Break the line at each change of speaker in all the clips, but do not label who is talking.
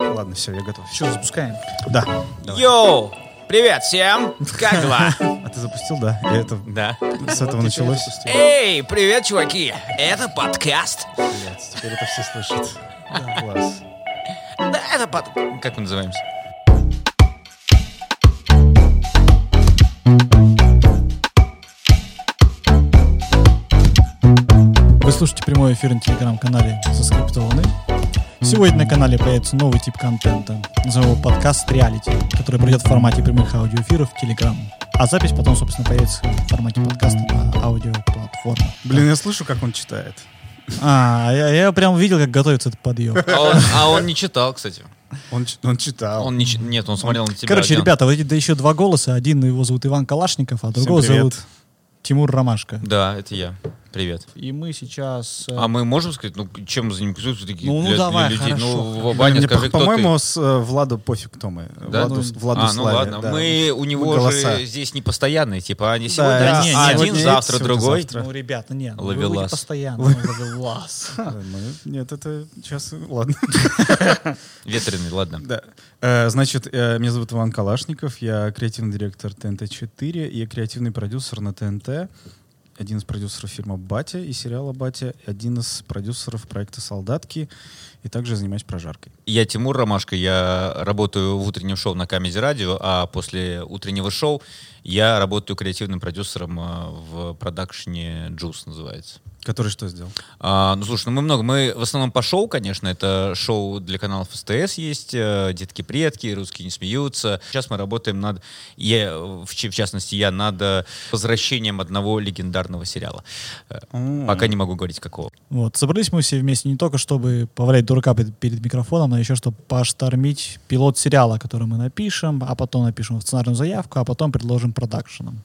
ладно, все, я готов. Что, запускаем?
Да.
Йоу! Привет всем! Как дела?
А ты запустил, да? Я это
Да.
с этого началось.
Эй, привет, чуваки! Это подкаст.
Блядь, теперь это все слышат.
Класс.
Да, это под... Как мы называемся?
Вы слушаете прямой эфир на телеграм-канале со скрипта Волны». Сегодня на канале появится новый тип контента. Назовем его подкаст «Реалити», который пройдет в формате прямых аудиоэфиров в Телеграм. А запись потом, собственно, появится в формате подкаста на аудиоплатформах.
Блин, я слышу, как он читает.
А, я, я прям видел, как готовится этот подъем.
А он, а он не читал, кстати.
Он, ч- он читал.
Он не чи- Нет, он смотрел на тебя.
Короче,
Диан.
ребята, вот эти да еще два голоса. Один его зовут Иван Калашников, а другого
привет.
зовут Тимур Ромашко.
Да, это я. Привет.
И мы сейчас... э,
А мы можем сказать, ну, чем мы заинтересуемся такие
Ну, ну,
для, для
давай,
людей?
хорошо.
Ну, Ваня,
Мне,
скажи,
по-
кто
По-моему, с э, Владу пофиг, кто мы.
Да?
Владу,
Ну,
Владу
а, ну
Славе,
ладно.
да.
Мы у него
голоса.
же здесь не постоянные, типа они сегодня
Да,
не,
один,
не,
один,
сегодня
завтра
сегодня
другой.
завтра.
Ну, ребята, нет. ну, Вы
Ловелас.
будете постоянно. Ловелас.
Да, А, мы- Нет, это сейчас... Ладно.
Ветреный, ладно.
Да. Э, Значит, э, меня зовут Иван Калашников, я креативный директор ТНТ-4 и креативный продюсер на ТНТ, один из продюсеров фильма «Батя» и сериала «Батя», один из продюсеров проекта «Солдатки» и также занимаюсь прожаркой.
Я Тимур Ромашко, я работаю в утреннем шоу на Камеди Радио, а после утреннего шоу я работаю креативным продюсером э, в продакшне Juice называется.
Который что сделал?
А, ну, слушай, ну мы много, мы в основном по шоу, конечно, это шоу для каналов СТС есть, э, «Детки-предки», «Русские не смеются». Сейчас мы работаем над, я, э, в, ч- в частности, я над э, возвращением одного легендарного сериала. Э, Пока не могу говорить, какого.
Вот, собрались мы все вместе не только, чтобы повалять дурака перед, перед микрофоном, но еще, чтобы поштормить пилот сериала, который мы напишем, а потом напишем сценарную заявку, а потом предложим продакшенам.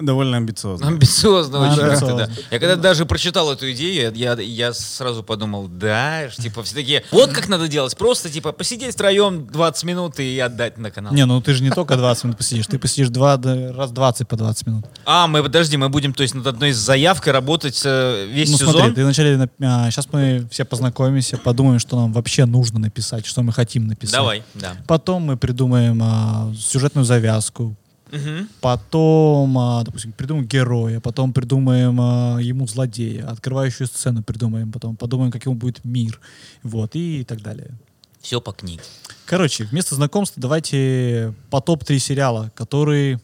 Довольно амбициозно.
Амбициозно очень как-то, да.
Амбициозно.
Я когда даже прочитал эту идею, я, я сразу подумал, да, ж, типа, все такие, вот как надо делать, просто, типа, посидеть втроем 20 минут и отдать на канал.
Не, ну ты же не только 20 минут посидишь, ты посидишь два, да, раз 20 по 20 минут.
А, мы, подожди, мы будем, то есть, над одной заявкой работать э, весь
ну
сезон?
смотри, ты вначале... сейчас мы все познакомимся, подумаем, что нам вообще нужно написать, что мы хотим написать.
Давай, да.
Потом мы придумаем а, сюжетную завязку,
Мгм.
Потом, а, допустим, придумаем героя, потом придумаем а, ему злодея, открывающую сцену придумаем, потом подумаем, каким будет мир, вот, и так далее.
Все по книге.
Короче, вместо знакомства давайте по топ-3 сериала, которые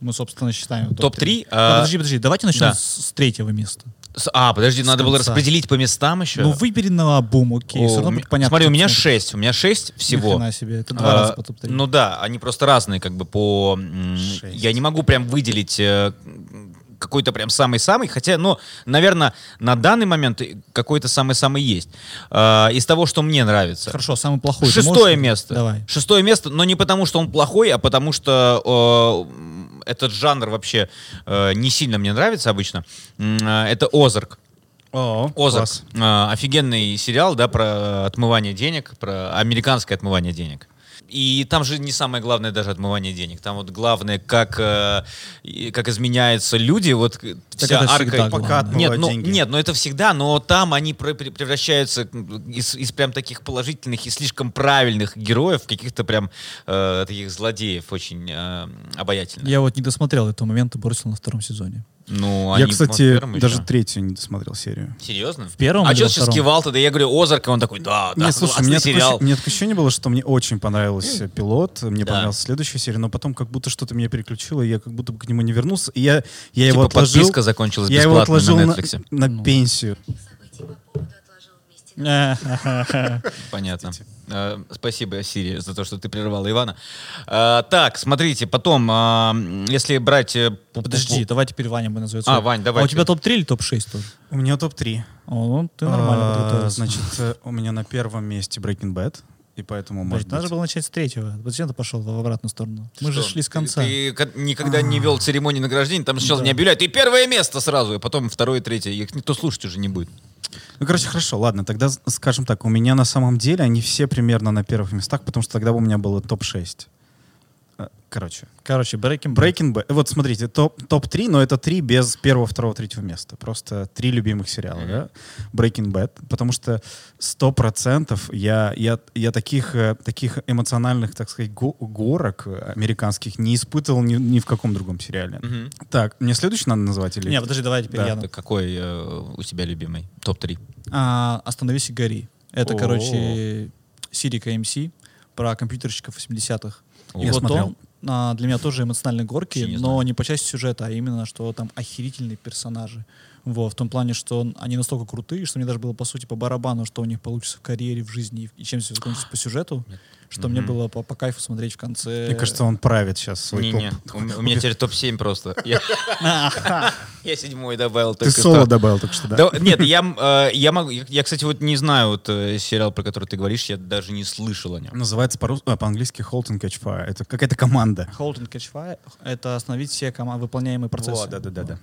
мы, собственно, считаем.
Топ-3?
Да,
а,
подожди, подожди, давайте начнем
да.
с, с третьего места.
с- а, подожди,
с
надо было
конца.
распределить по местам еще?
Ну, выбери на бум, окей, все
О,
равно
у
будет
ме-
понятно.
Смотри, у
кто
меня
смотрит.
6, у меня 6
Ни
всего.
хрена себе, это два
А,
раза по топ-3.
Ну да, они просто разные, как бы по. м,
Шесть.
Я не могу прям выделить э, какой-то прям самый-самый, хотя, ну, наверное, на данный момент и какой-то самый-самый есть. Э, Из того, что мне нравится.
Хорошо, самый плохой. ты
Шестое
можешь-
место.
Давай.
Шестое место, но не потому, что он плохой, а потому что э, м, этот жанр вообще э, не сильно мне нравится обычно. М, э, это Озарк.
О,
Озарк.
класс.
Э, Офигенный сериал, да, про отмывание денег, про американское отмывание денег. И там же не самое главное даже отмывание денег. Там вот главное, как, э, и как изменяются люди, вот э,
Так
вся
это всегда
арка.
главное.
Пока отмывают
Нет, ну,
деньги.
нет, но это всегда, но там они пре- пре- превращаются из, из прям таких положительных и слишком правильных героев в каких-то прям э, таких злодеев очень э, обаятельных.
Я вот не досмотрел этого момента, бросил на втором сезоне.
Ну,
Я,
они,
кстати,
по-моему,
даже
еще.
третью не досмотрел серию.
Серьезно?
В первом
А
или
что
во
сейчас
втором?
кивал тогда? Я говорю, Озарк, и он такой, да, да,
Не, слушай, у
классный
меня,
ну, а сериал.
Такое, ощу- у меня такое ощущение было, что мне очень понравился пилот, мне
Да.
понравилась следующая серия, но потом как будто что-то меня переключило, и я как будто бы к нему не вернулся, и я, я его
Типа
отложил,
подписка закончилась
я его
бесплатно
отложил
на
на,
Netflix.
на
Ну.
пенсию.
событий по поводу отложил вместе.
Типа
Ну,
Понятно. Э, Спасибо, Сири, за то, что ты прервала Ивана. Э, Так, смотрите, потом, а, м, если брать... э, пу-
Подожди,
пу-
давай теперь Ваня мы назовем.
А, Вань, давай
А у тебя
ты.
топ-3 или топ-6 тоже?
У меня топ-3.
О, ну,
А,
ты нормально подготовился.
Значит, э, у меня на первом месте Breaking Bad, и поэтому,
Может,
может
надо
быть...
было начать с третьего. Зачем ты пошел в в обратную сторону? Мы же
что,
шли с
ты-
конца. А.
Ты, ко- никогда не вел церемонии награждения, там сначала
Да.
не объявляют, и первое место сразу, и потом второе, третье. Их никто слушать уже не будет.
Ну, короче, хорошо, ладно, тогда с- скажем так, у меня на самом деле они все примерно на первых местах, потому что тогда бы у меня было топ-6. Э, Короче,
Короче, Breaking Bad.
Breaking Bad. Вот смотрите, топ- топ-3, но это три без первого, второго, третьего места. Просто три любимых сериала,
Мгм.
да? Breaking Bad. Потому что сто процентов я, я, я таких, э, таких эмоциональных, так сказать, го- горок э, американских не испытывал ни, ни в каком другом сериале.
Мгм.
Так, мне следующий надо назвать или...
Не, подожди, давай теперь
Да,
я.
Это какой э, у тебя любимый? Топ-3.
А, «Остановись и гори». Это,
О.
короче, Сирика МС про компьютерщиков 80-х. И
Я
вот
смотрел.
он а, для меня тоже эмоциональные горки,
Вообще не
но
знаю.
не по части сюжета, а именно, что там охерительные персонажи. Во, в том плане, что он- они настолько крутые, что мне даже было, по сути, по барабану, что у них получится в карьере, в жизни, и чем все закончится по сюжету, что мне
Мгм.
было по, по кайфу смотреть в конце.
э,
Мне кажется, он правит сейчас свой
Не-не,
топ.
у м- у меня теперь топ-7 просто. Я- Я седьмой добавил
Ты
только
соло
что.
добавил так что, да?
Да, Нет, я, м, э, я могу, я, я, кстати, вот не знаю вот э, сериал, про который ты говоришь, я даже не слышал о нем.
Называется по по-английски Halt and Catch Fire. Это какая-то команда.
Hold and Catch Fire — это остановить все кома- выполняемые процессы.
Во, да-да-да-да.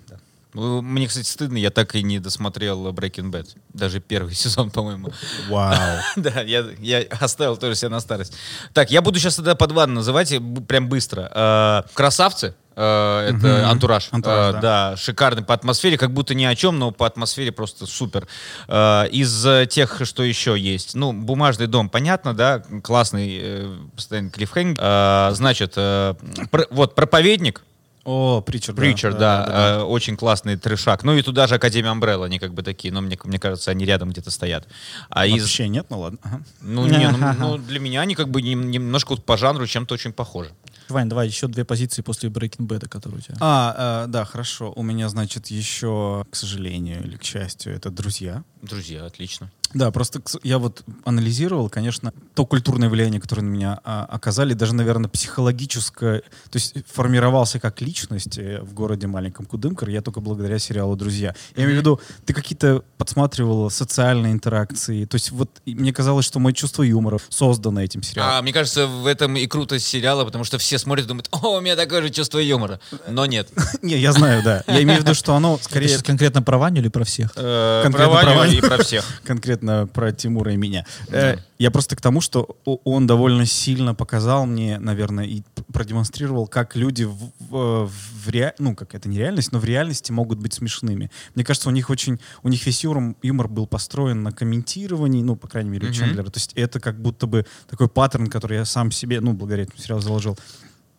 Ну, Мне, кстати, стыдно, я так и не досмотрел Breaking Bad. Даже первый сезон, по-моему.
Вау.
Да, я, я оставил тоже себя на старость. Так, я буду сейчас тогда по два называть, и б- прям быстро. Э, Красавцы. э, Это
Мгм.
антураж.
«Антураж»,
Э,
да.
да, шикарный по атмосфере, как будто ни о чем, но по атмосфере просто супер. Э, Из э, тех, что еще есть, ну, бумажный дом, понятно, да, классный э, постоянно клиффхэнг. Э, Значит, э, пр- вот проповедник,
О, Причард.
Причер, да, э, очень классный трешак. Ну и туда же Академия Umbrella, они как бы такие, но мне, мне кажется, они рядом где-то стоят. А из
Вообще нет, ну ладно. Ага.
ну, не, ну, ну, для меня они как бы нем- немножко вот по жанру чем-то очень похожи.
Вань, давай еще две позиции после Breaking Bad, которые у тебя.
А, э, да, хорошо. У меня, значит, еще, к сожалению или к счастью, это друзья.
Друзья, отлично.
Да, просто к с- я вот анализировал, конечно, то культурное влияние, которое на меня а, оказали, даже, наверное, психологическое. То есть формировался как личность э, в городе маленьком Кудымкар я только благодаря сериалу «Друзья». Я имею в виду, ты какие-то подсматривал социальные интеракции. То есть вот и мне казалось, что мое чувство юмора создано этим сериалом.
А, мне кажется, в этом и круто сериала, потому что все смотрят и думают, о, у меня такое же чувство юмора. Но нет.
Не, я знаю, да. Я имею в виду, что оно
Ты
скорее
сейчас конкретно про Ваню или про всех?
Э, Про
Конкретно про
Ваню
Ваню.
и про всех.
конкретно про Тимура и меня. Э, я просто к тому, что о- он довольно сильно показал мне, наверное, и п- продемонстрировал, как люди в, в- в ре- ну как это не реальность, но в реальности могут быть смешными. Мне кажется, у них очень, у них весь юмор, юмор был построен на комментировании, ну по крайней мере у
Мгм.
Чендлера. То есть это как будто бы такой паттерн, который я сам себе, ну благодаря этому сериалу заложил.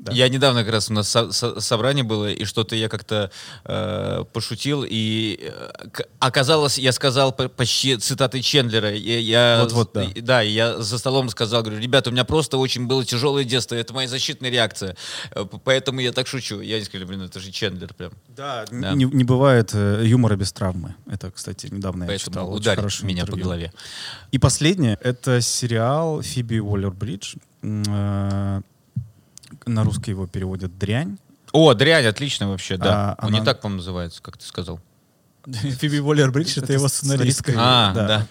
Да.
Я недавно как раз у нас со- со- собрание было, и что-то я как-то э, пошутил, и э, к- оказалось, я сказал по- почти цитаты Чендлера. Я, я-
Вот-вот, да.
и- да, и я за столом сказал, говорю, ребята, у меня просто очень было тяжелое детство, это моя защитная реакция, Э, п- поэтому я так шучу. Я не сказал, блин, это же Чендлер прям.
Да,
Да.
Не, не бывает э, юмора без травмы. Это, кстати, недавно я
поэтому
читал. очень
ударь
хорошее
меня по
интервью.
голове.
И последнее — это сериал Фиби Уоллер-Бридж. М, э, На русский его переводят «Дрянь».
О, дрянь, отлично вообще, да.
А,
Он не
она-
так, по-моему, называется, как ты сказал.
Фиби Уоллер-Бридж — это его сценаристка.
А,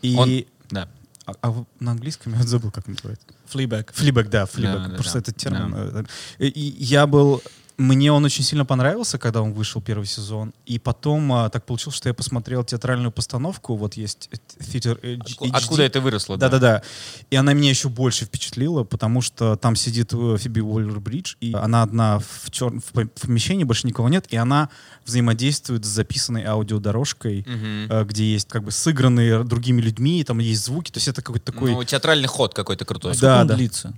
И...
Он- Да.
А, а в- на английском я вот забыл, как называется.
А, Флибэк.
Флибек, да, флибек.
Да, да,
Просто
да.
этот термин. э, И и я был... Мне он очень сильно понравился, когда он вышел первый сезон. И потом а, так получилось, что я посмотрел театральную постановку. Вот есть э, Theater э,
Отку-
HD.
Откуда это выросло?
Да, да, да. И она меня еще больше впечатлила, потому что там сидит э, Фиби Уоллер-Бридж, и она одна в, чер- в пом- в помещении, больше никого нет, и она взаимодействует с записанной аудиодорожкой,
Мгм.
э, где есть как бы сыгранные другими людьми, и там есть звуки, то есть это какой-то такой
Ну, театральный ход какой-то крутой.
Да,
он
да.
длится?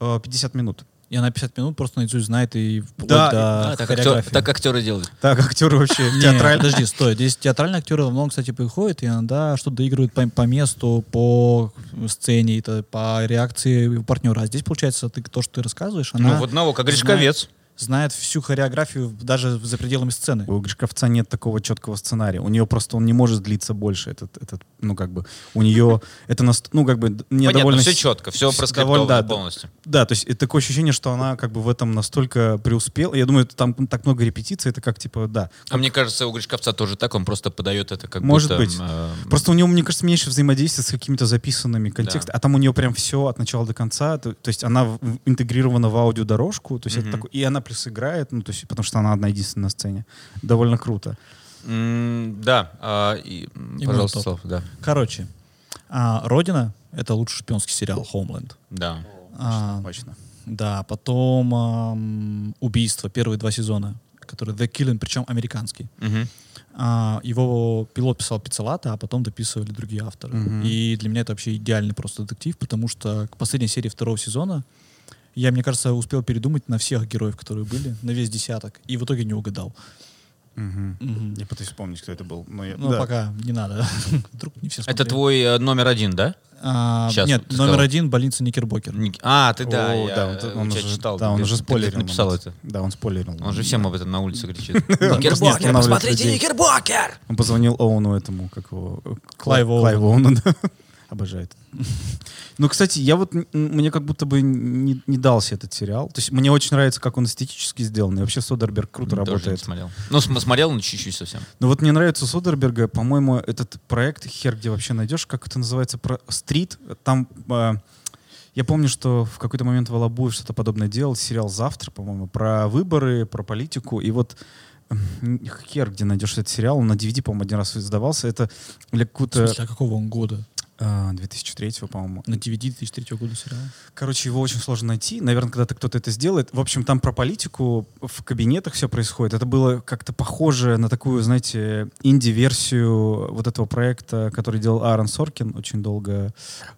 э, 50 минут.
И она 50 минут просто наизусть знает и вплоть
Да,
до
А, так, актер,
хореографии.
так актеры делают.
Так, актеры вообще
Не,
театрально.
Подожди, стой. Здесь театральные актеры во многом, кстати, приходят, и иногда что-то доигрывают по, по месту, по сцене, и то- по реакции партнера. А здесь, получается, ты, то, что ты рассказываешь, она
Ну, в одного, как
знает-
Гришковец.
знает всю хореографию даже за пределами сцены.
У Гришковца нет такого четкого сценария. У нее просто он не может длиться больше. Этот, этот, ну как бы у нее это наст- ну как бы д- мне
Понятно,
довольно
все
с-
четко, все
довольно,
проскриптовано
да, да.
полностью.
Да, то есть это такое ощущение, что она как бы в этом настолько преуспела. Я думаю, это там так много репетиций, это как типа, да.
А мне кажется, у Гришковца тоже так, он просто подает это как
Может
будто...
быть.
э,
Просто у него, мне кажется, меньше взаимодействия с какими-то записанными контекстами. А там у нее прям все от начала до конца. То, то есть она в- в- интегрирована в аудиодорожку. То есть это
Мгм.
такое- и она плюс играет, ну, то есть, потому что она одна единственная на сцене. Довольно круто.
м, Да, а, и, м,
И
пожалуйста,
мой
Слав, да.
Короче, а, «Родина» — это лучший шпионский сериал «Хомленд».
Да.
А,
Мощно.
Да, потом ам, «Убийство», первые два сезона, который «The Killing», причем американский.
Мгм.
А, его пилот писал Пиццелата, а потом дописывали другие авторы.
Мгм.
И для меня это вообще идеальный просто детектив, потому что к последней серии второго сезона я, мне кажется, успел передумать на всех героев, которые были, на весь десяток, и в итоге не угадал.
Мгм.
Мгм.
Я пытаюсь вспомнить, кто это был. но я-
Ну,
да.
пока не надо. Вдруг не все
Это
смотрели.
твой э, номер один, да?
А,
Щас,
Нет,
ты
номер
сказал.
один — «Больница Никербокер».
Ник- А, ты да,
О,
я,
да,
э,
он,
у
он
тебя
уже,
читал.
да, он
Ты-
уже
ты
спойлерил. нам
написал
это.
это.
Да, он спойлерил.
Он же
нам.
всем об этом на улице кричит.
Он просто не
Никербокер,
останавливает
посмотрите,
людей.
Никербокер!
Он позвонил Оуну этому, как его... э,
Клайву
Кла- Клайву Оуну, да. Обожает. Ну, кстати, я вот... м, Мне как будто бы не, не дался этот сериал. То есть мне очень нравится, как он эстетически сделан. И вообще Содерберг круто
Тоже не
работает.
смотрел. Ну, см- смотрел, но чуть-чуть совсем.
Но Ну вот мне нравится у Содерберга, по-моему, этот проект хер где вообще найдешь, как это называется, про стрит. Там э, я помню, что в какой-то момент Волобуев что-то подобное делал, сериал «Завтра», по-моему, про выборы, про политику. И вот м, хер где найдешь этот сериал, он на DVD, по-моему, один раз издавался. Это для
В
какого-то
смысле, а какого он года?
э, 2003 по-моему.
На DVD 2003 года сериал?
Короче, его очень сложно найти. Наверное, когда-то кто-то это сделает. В общем, там про политику в кабинетах все происходит. Это было как-то похоже на такую, знаете, инди-версию вот этого проекта, который делал Аарон Соркин очень долго.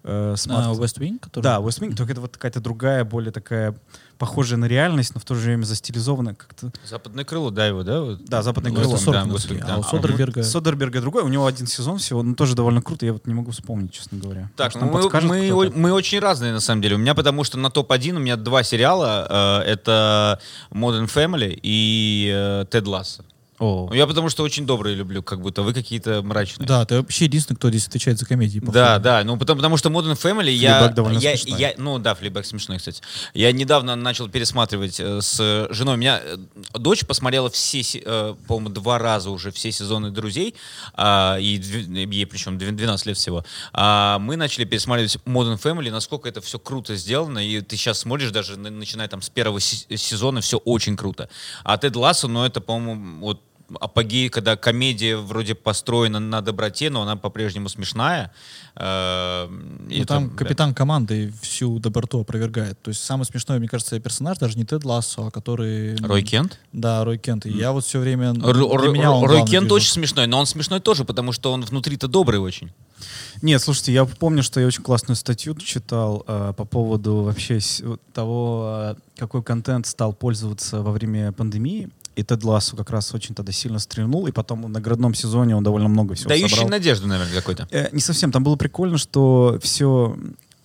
Э, Smart-
А, West Wing, который?
Да, West Wing, только это вот какая-то другая, более такая похожая на реальность, но в то же время застилизованная как-то.
Западное крыло, да, его, да? вот?
Да, «Западное
Ну,
крыло».
West Wing, да,
Сорок,
West Wing,
а
да.
у Содерберга...
Содерберга другой, у него один сезон всего, но тоже довольно круто, я вот не могу вспомнить, честно говоря. Может,
Так, ну
нам
мы,
подскажет
мы,
кто-то?
о- мы очень разные, на самом деле. У меня потому что на топ-1 у меня два сериала. э, это Modern Family и э, Тед Ласса. Ну,
О,
Я потому что очень добрые люблю, как будто вы какие-то мрачные.
Да, ты вообще единственный, кто здесь отвечает за комедии. походу.
Да, да, ну потому, потому что Modern Family я,
Флибэг довольно
я,
смешной.
я- ну да, флибэк смешной, кстати. Я недавно начал пересматривать э, с э, женой. У меня э, дочь посмотрела все, се- э, по-моему, два раза уже все сезоны «Друзей», а, и дв- ей причем дв- 12 лет всего. А мы начали пересматривать Modern Family, насколько это все круто сделано, и ты сейчас смотришь даже, на- начиная там с первого се- сезона, все очень круто. А Тед Лассо, ну это, по-моему, вот апогей, когда комедия вроде построена на доброте, но она по-прежнему смешная. Э,
Ну,
и
там
это,
капитан команды всю доброту опровергает. То есть самый смешной, мне кажется, персонаж даже не Тед Лассо, а который...
да. Рой Кент?
Да, Рой Кент. И я вот все время... ну,
Р-
для
Р-
меня он
Рой
главный
Кент
движок.
очень смешной, но он смешной тоже, потому что он внутри-то добрый очень.
Нет, слушайте, я помню, что я очень классную статью читал э, по поводу вообще с- вот того, э, какой контент стал пользоваться во время пандемии. И Тед Лассу как раз очень тогда сильно стрельнул, и потом в наградном сезоне он довольно много всего
Дающий
собрал.
надежду, наверное, какой-то.
Э, не совсем. Там было прикольно, что все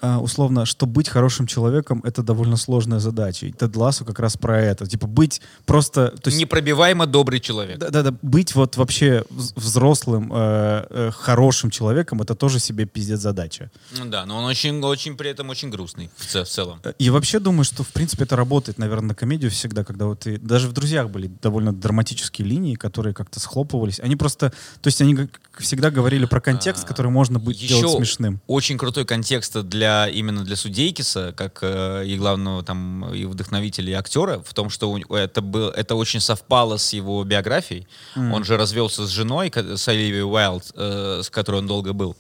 условно, что быть хорошим человеком это довольно сложная задача. И Тед Лассу как раз про это. Типа быть просто... То есть,
Непробиваемо добрый человек.
да, да, да. Быть вот вообще вз- взрослым, э, э, хорошим человеком, это тоже себе пиздец задача.
Ну да, но он очень, очень при этом очень грустный в, ц- в целом.
И вообще думаю, что в принципе это работает, наверное, на комедию всегда, когда вот ты... Даже в «Друзьях» были довольно драматические линии, которые как-то схлопывались. Они просто... То есть они как всегда говорили про контекст,
А,
который можно будет
еще
делать смешным.
Очень крутой контекст для именно для Судейкиса, как э, и главного там и вдохновителя и актера, в том, что у- это был это очень совпало с его биографией.
Мгм.
Он же развелся с женой, ко- с Оливией Уайлд, э, с которой он долго был.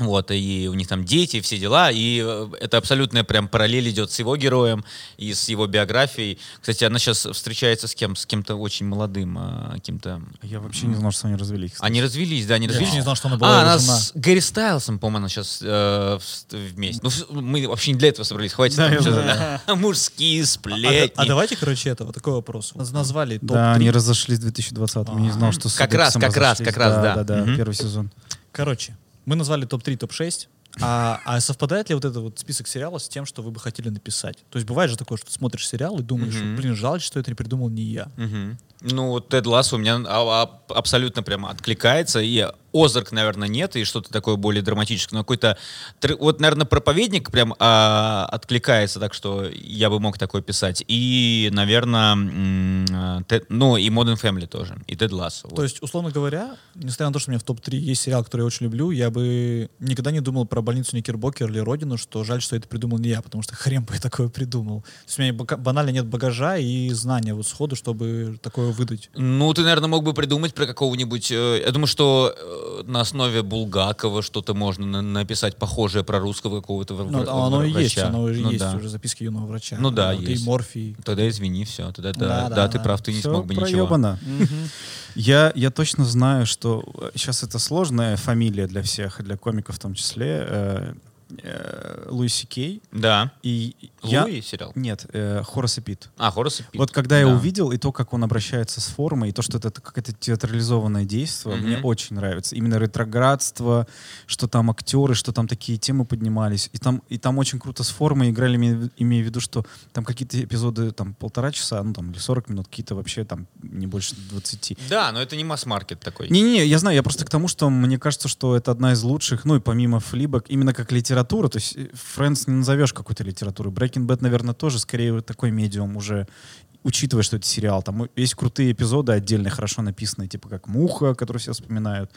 Вот, и у них там дети, все дела, и э, это абсолютная прям параллель идет с его героем и с его биографией. Кстати, она сейчас встречается с кем? С кем-то очень молодым, э, каким-то...
Я вообще не знал, что они развелись. кстати.
Они развелись, да, они
Я
развелись.
вообще не знал, что она была
А,
его
она
жена.
с Гэри Стайлсом, по-моему, она сейчас вместе. Ну, вс- мы вообще не для этого собрались. Хватит.
Да,
там
я
сейчас,
знаю.
да, Мужские сплетни.
А, а давайте, короче, это вот такой вопрос. Нас Назвали топ-3.
Да, они разошлись в 2020 Я не знал, что с
А, Как раз,
Судакисом
как раз,
разошлись.
как раз, да.
Да, да,
Мгм.
первый сезон.
Короче, мы назвали топ-3, топ-6. А, а совпадает ли вот этот вот список сериалов с тем, что вы бы хотели написать? То есть бывает же такое, что ты смотришь сериал и думаешь,
Мгм.
блин, жаль, что это не придумал не я.
Мгм. Ну, вот Тед Ласс у меня а- а- абсолютно прямо откликается. И Озарк, наверное, нет, и что-то такое более драматическое. Но какой-то... тр- Вот, наверное, проповедник прям а, откликается, так что я бы мог такое писать. И, наверное, ну, и Modern Family тоже, и Тед Лассо.
То
Вот.
есть, условно говоря, несмотря на то, что у меня в топ-3 есть сериал, который я очень люблю, я бы никогда не думал про больницу Никербокер или Родину, что жаль, что это придумал не я, потому что хрен бы я такое придумал. То есть у меня бака- банально нет багажа и знания вот сходу, чтобы такое выдать.
Ну, ты, наверное, мог бы придумать про какого-нибудь... э, я думаю, что э, на основе Булгакова что-то можно на- написать похожее про русского какого-то вр-
Ну,
вр-
оно и
врача.
есть, оно и
Ну
есть
да.
уже записки юного врача.
Ну да,
Вот,
есть.
И морфий.
Тогда извини, все. Тогда да,
Да,
да,
да,
ты
да.
прав, ты не
Всё
смог бы ничего.
проёбано. Я, я точно знаю, что сейчас это сложная фамилия для всех, и для комиков в том числе. э, э, Луиси Кей.
Да.
И я...
Луи сериал.
Нет, э, Хорас и Пит.
А, Хорас и Пит.
Вот когда я
Да.
увидел, и то, как он обращается с формой, и то, что это какое-то театрализованное действие,
Мгм.
мне очень нравится. Именно ретроградство, что там актеры, что там такие темы поднимались. И там, и там очень круто с формой играли, име- имея в виду, что там какие-то эпизоды там полтора часа, ну там или 40 минут, какие-то вообще там не больше 20.
Да, но это не масс-маркет такой.
Не-не, я знаю, я просто к тому, что мне кажется, что это одна из лучших, ну и помимо флибок, именно как литература, то есть э, Friends не назовешь какой-то литературой. Breaking Bad, наверное, тоже скорее вот такой медиум уже, учитывая, что это сериал. Там есть крутые эпизоды отдельно хорошо написанные, типа как «Муха», которую все вспоминают.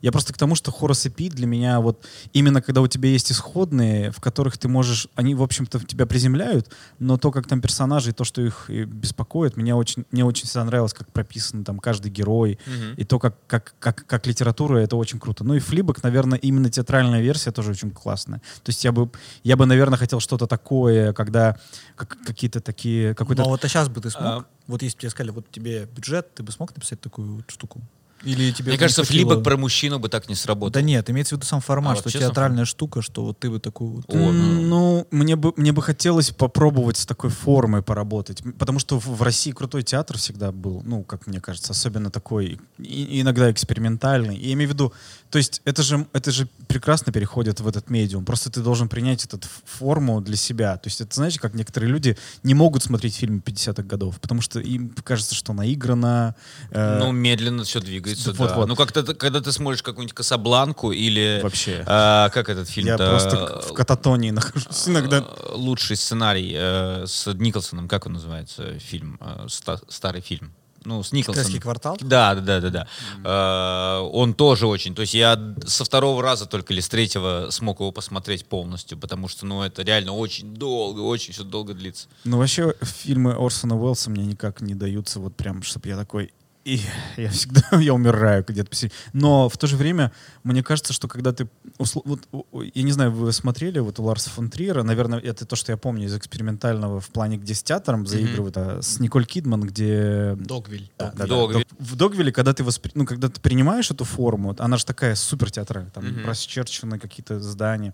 Я просто к тому, что Хорас и Пит для меня вот именно когда у тебя есть исходные, в которых ты можешь, они, в общем-то, в тебя приземляют, но то, как там персонажи и то, что их э, беспокоит, меня очень, мне очень всегда нравилось, как прописан там каждый герой,
Мгм.
и то, как, как, как, как литература, это очень круто. Ну и флибок, наверное, именно театральная версия тоже очень классная. То есть я бы, я бы наверное, хотел что-то такое, когда как- какие-то такие...
Но
Какой-то...
вот а сейчас бы ты смог,
А.
вот если бы тебе сказали, вот тебе бюджет, ты бы смог написать такую вот штуку? Или тебе
Мне
бы не
кажется,
хватило?
флибок про мужчину бы так не сработал.
Да нет, имеется в виду сам формат,
А,
что
вообще сам
театральная штука, что вот ты бы такую... вот-
О, ну.
М, Ну, мне бы, мне бы хотелось попробовать с такой формой поработать. М, Потому что в, в России крутой театр всегда был, ну, как мне кажется, особенно такой, и- иногда экспериментальный. И я имею в виду, то есть это же, это же прекрасно переходит в этот медиум. Просто ты должен принять эту форму для себя. То есть это, знаете, как некоторые люди не могут смотреть фильмы 50-х годов, потому что им кажется, что наиграно. э,
Ну, медленно все двигается,
Вот,
да.
вот.
Ну, как-то, ты- когда ты смотришь какую-нибудь Касабланку или...
Вообще.
а, как этот фильм? А,
я просто к- в кататонии нахожусь иногда.
Лучший сценарий э, с Николсоном, как он называется, фильм? э, ста- старый фильм. Ну, с
Китайский
Николсоном.
квартал?
Да, да, да, да, да. Э, он тоже очень. То есть я со второго раза только или с третьего смог его посмотреть полностью, потому что, ну, это реально очень долго, очень все долго длится.
Ну, вообще, фильмы Орсона Уэллса мне никак не даются, вот прям, чтобы я такой... И я всегда я умираю где-то посередине. Но в то же время, мне кажется, что когда ты... усл- вот, у- у- я не знаю, вы смотрели вот у Ларса фон Триера, наверное, это то, что я помню из экспериментального в плане, где с театром заигрывают, а с Николь Кидман, где...
Догвиль.
Да, да, да.
Догвиль.
Дог- В Догвиле, когда ты, воспри- ну, когда ты принимаешь эту форму, вот она же такая супер театральная, там
Мгм.
расчерчены какие-то здания,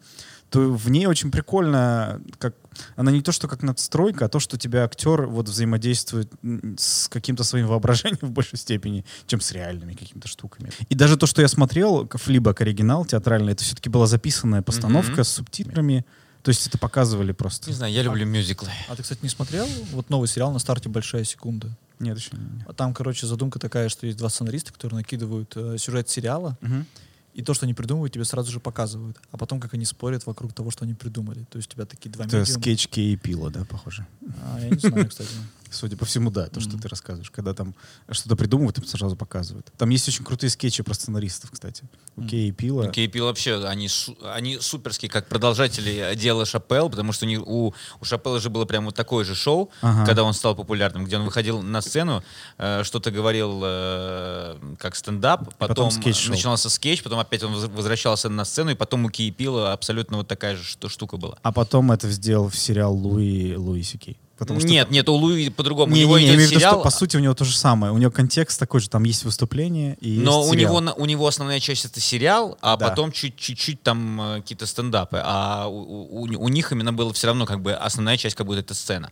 то в ней очень прикольно, как она не то, что как надстройка, а то, что тебя актер вот взаимодействует м, с каким-то своим воображением в большей степени, чем с реальными какими-то штуками. И даже то, что я смотрел, к- флибок оригинал театральный, это все-таки была записанная постановка
Мгм.
с субтитрами, то есть это показывали просто.
Не знаю, я люблю мюзиклы.
А ты, кстати, не смотрел? Вот новый сериал на старте «Большая секунда».
Нет, еще не.
А Там, короче, задумка такая, что есть два сценариста, которые накидывают э, сюжет сериала,
Мгм.
и то, что они придумывают, тебе сразу же показывают. А потом, как они спорят вокруг того, что они придумали. То есть у тебя такие два
Это
медиума.
скетч Кей и Пила, да, похоже?
А, я не знаю, кстати.
Судя по всему, да, то, что
Мгм.
ты рассказываешь. Когда там что-то придумывают, им сразу показывают. Там есть очень крутые скетчи про сценаристов, кстати. У
Мгм.
Кей и Пила.
KPL вообще, они, су- они суперские, как продолжатели э, дела Шапел, потому что у, них- у, у Шапелла же было прям вот такое же шоу,
Ага.
когда он стал популярным, где он выходил на сцену, э, что-то говорил э, как стендап, потом,
скетч-шоу.
начинался скетч, потом опять он воз- возвращался на сцену, и потом у Кейпила абсолютно вот такая же шту- штука была.
А потом это сделал в сериал Луи, Луи Сикей. Потому что...
нет, нет, у Луи по-другому.
Не,
у него
не, не, я
идет
имею в виду,
сериал, а
что по сути у него то же самое. У него контекст такой же, там есть выступление и
но
есть
у
сериал.
него, на- у него основная часть это сериал, а
Да.
потом чуть- чуть-чуть там э, какие-то стендапы. А у, у- у- у них именно было все равно как бы основная часть как будто это сцена.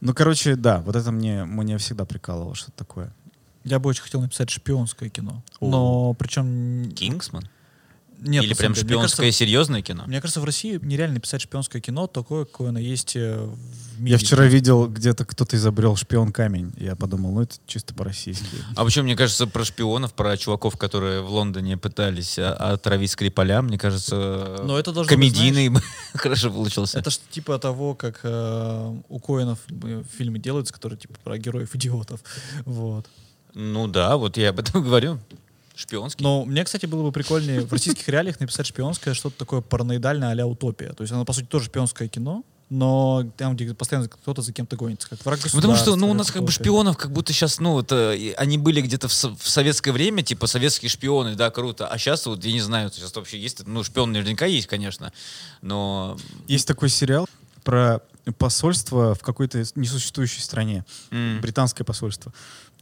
Ну, короче, да, вот это мне, мне всегда прикалывало, что-то такое.
Я бы очень хотел написать шпионское кино.
О.
Но причем...
Кингсман?
Нет,
Или
на самом
прям
деле, мне
шпионское
кажется,
серьезное кино?
Мне кажется, в России нереально писать шпионское кино, такое, какое оно есть э, в мире.
Я вчера видел, где-то кто-то изобрел шпион камень. Я подумал, ну это чисто по-российски.
А почему, мне кажется, про шпионов, про чуваков, которые в Лондоне пытались а, отравить Скрипаля, мне кажется,
Но это должно быть,
комедийный хорошо получился.
Это ж типа того, как э, у Коинов э, фильмы делаются, которые типа про героев-идиотов. Вот.
Ну да, вот я об этом говорю. Шпионский.
Но мне, кстати, было бы прикольнее в российских реалиях написать шпионское что-то такое параноидальное а-ля утопия. То есть оно, по сути, тоже шпионское кино, но там, где постоянно кто-то за кем-то гонится, как враг
Ну, Потому что, ну, у
государства,
нас как бы
какого-то.
шпионов как будто сейчас, ну, вот, э, и они были где-то в, со- в советское время, типа, советские шпионы, да, круто, а сейчас вот, я не знаю, сейчас вообще есть, ну, шпион наверняка есть, конечно, но...
Есть такой сериал про посольство в какой-то несуществующей стране.
м,
британское посольство.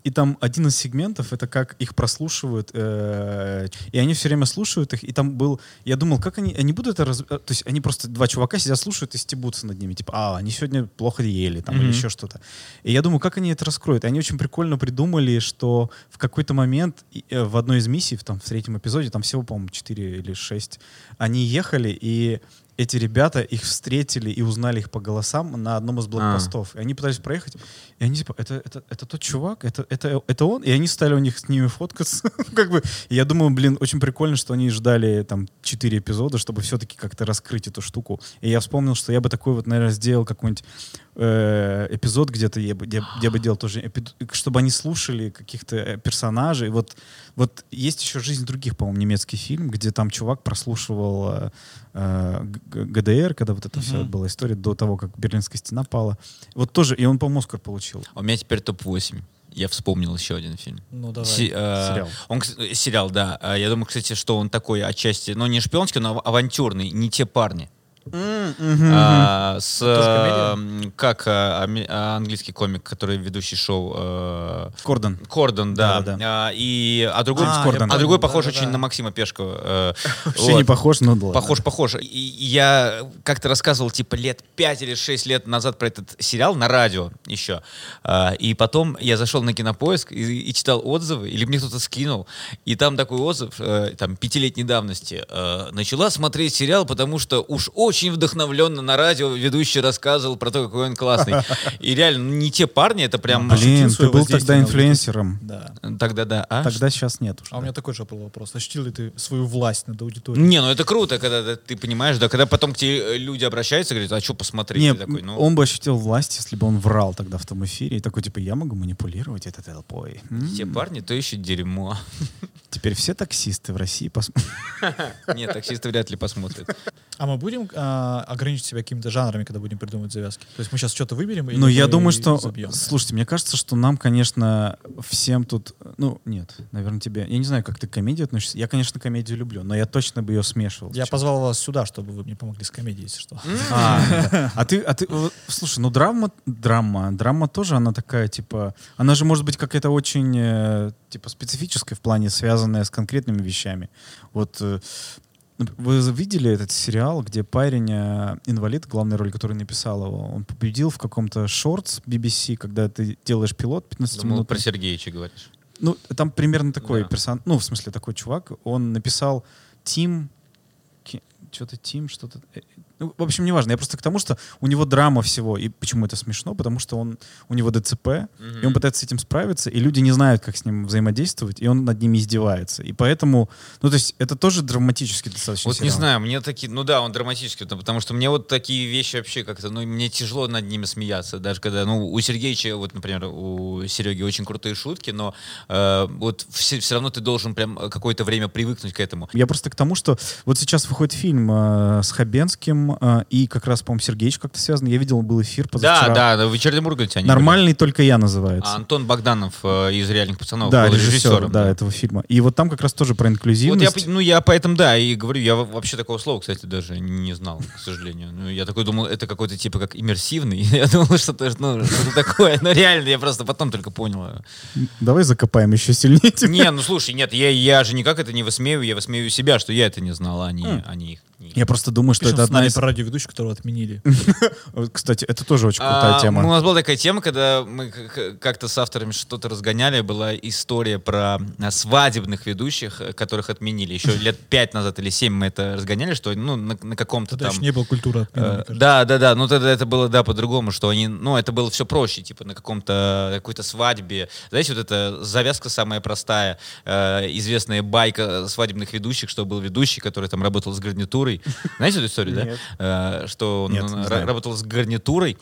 И там один из сегментов это как их прослушивают, э, и они все время слушают их. И там был, я думал, как они, они будут это, раз- э, то есть они просто два чувака сидят слушают и стебутся над ними, типа, а они сегодня плохо ели, там или
Мгм.
еще что-то. И я думаю, как они это раскроют. И они очень прикольно придумали, что в какой-то момент и, э, в одной из миссий, в, там в третьем эпизоде, там всего, по-моему, 4 или 6, они ехали и эти ребята их встретили и узнали их по голосам на одном из блокпостов. И они пытались проехать, и они типа, это, это, это тот чувак, это, это, это он, и они стали у них с ними фоткаться. как бы, И я думаю, блин, очень прикольно, что они ждали там 4 эпизода, чтобы все-таки как-то раскрыть эту штуку. И я вспомнил, что я бы такой вот, наверное, сделал какой-нибудь э, эпизод где-то, я бы- где, где бы делал тоже, эпид- чтобы они слушали каких-то э, персонажей. Вот, вот есть еще «Жизнь других», по-моему, немецкий фильм, где там чувак прослушивал э, э, Г- Г- ГДР, когда вот эта вся
Мгм.
была история, до того, как Берлинская стена пала. Вот тоже, и он, по-моему, Оскар получил.
а У меня теперь топ-8. Я вспомнил еще один фильм.
Ну, давай.
Си- э,
Сериал.
Он, кс- э, сериал, да. А Я думаю, кстати, что он такой отчасти, ну, не шпионский, но ав- авантюрный, не те парни. А, с,
Это
э, как э, ами- а, английский комик, который ведущий шоу э,
Кордон.
Кордон, да.
Да-да-да.
А, и, а другой,
Джеймс
а,
Кордон.
а другой
Да-да-да.
похож очень на Максима Пешкова. э,
Вообще
вот.
не похож, но да ладно.
Похож, похож. И- и я как-то рассказывал, типа, лет 5 или 6 лет назад про этот сериал на радио еще. А, И потом я зашел на кинопоиск и, и читал отзывы, или мне кто-то скинул. И там такой отзыв, э, там, пятилетней давности. э, Начала смотреть сериал, потому что уж очень вдохновленно на радио ведущий рассказывал про то, какой он классный. И реально, ну, не те парни, это прям...
Блин,
Ощутил
ты
своё
был
воздействие
тогда
на аудиторию?
инфлюенсером.
Да.
Тогда да. А?
Тогда сейчас нет уже.
А у меня такой же был вопрос. Ощутил ли ты свою власть над аудиторией?
Не, ну это круто, когда ты- ты понимаешь, да, когда потом к тебе э, люди обращаются и говорят, а что посмотреть?
Не,
Ты такой, ну,
он бы ощутил власть, если бы он врал тогда в том эфире. И такой, типа, я могу манипулировать этой толпой. М,
Те парни, то еще дерьмо.
Теперь все таксисты в России посмотрят.
Нет, таксисты вряд ли посмотрят.
А мы будем а, ограничить себя какими-то жанрами, когда будем придумывать завязки? То есть мы сейчас что-то выберем? или
Ну, я
мы
думаю, что...
забьем?
Слушайте, мне кажется, что нам, конечно, всем тут... Ну, нет, наверное, тебе... Я не знаю, как ты к комедии относишься. Я, конечно, комедию люблю, но я точно бы ее смешивал.
Я
Чё-
позвал вас сюда, чтобы вы мне помогли с комедией, если что.
Ну,
А, да. а ты, а ты, вот, слушай, ну драма, драма, драма тоже она такая, типа, она же может быть какая-то очень, э, типа, специфическая в плане, связанная с конкретными вещами. Вот э, нап- вы видели этот сериал, где парень э, инвалид, главная роль, который написал его, он победил в каком-то шортс BBC, когда ты делаешь пилот 15
Думал,
минут.
Ну, про Сергеича говоришь.
Ну, там примерно такой
Да.
персонаж, ну, в смысле, такой чувак, он написал Тим, что-то Тим, что-то... э, э, Ну, в общем, неважно. Я просто к тому, что у него драма всего. И почему это смешно? Потому что он, у него ДЦП, и он пытается с этим справиться, и люди не знают, как с ним взаимодействовать, и он над ними издевается. И поэтому... Ну, то есть это тоже драматически достаточно
Вот не
сериал.
знаю, мне такие, ну да, он драматический, там, потому что мне вот такие вещи вообще как-то, ну мне тяжело над ними смеяться, даже когда, ну у Сергеича, вот, например, у Сереги очень крутые шутки, но э, вот все, все равно ты должен прям э, какое-то время привыкнуть к этому.
Я просто к тому, что вот сейчас выходит фильм э, с Хабенским, э, и как раз, по-моему, Сергеевич как-то связан. Я видел, был эфир позавчера.
Да, да, да, в «Вечернем Урганте» они были.
Нормальный только я называется.
А Антон Богданов э, из «Реальных пацанов»
да,
был
режиссер,
режиссером.
да, этого фильма. И вот там как раз тоже про
Вот я,
инклюзивность.
пон- ну, я поэтому, да, и говорю, я во- вообще такого слова, кстати, даже не знал, к сожалению. Ну, я такой думал, это какой-то типа как иммерсивный. Я думал, что это, ну, что такое. Но реально, я просто потом только понял.
Давай закопаем еще сильнее. тебя.
Не, ну слушай, нет, я, я же никак это не высмеиваю, я высмеиваю себя, что я это не знал, а они,
Хм.
они их. не-
Я просто думаю, что
Пишем
это одна
сценарий
из...
про радиоведущего, которого отменили.
Вот, Кстати, это тоже очень
А,
крутая
У
тема.
нас была такая тема, когда мы к- к- как-то с авторами что-то разгоняли, была история про а, свадебных ведущих, э, которых отменили. Еще лет пять назад или семь мы это разгоняли, что ну, на, на каком-то
Тогда
там...
еще не было культуры отмены, мне
Э,
кажется.
Да, да, да. Ну тогда это было да по-другому, что они, ну это было все проще, типа на каком-то какой-то свадьбе. Знаете, вот эта завязка самая простая, э, известная байка свадебных ведущих, что был ведущий, который там работал с гарнитурой. Знаете эту историю, да? Э, Что он
Нет, не
ра-
знаю.
работал с гарнитурой.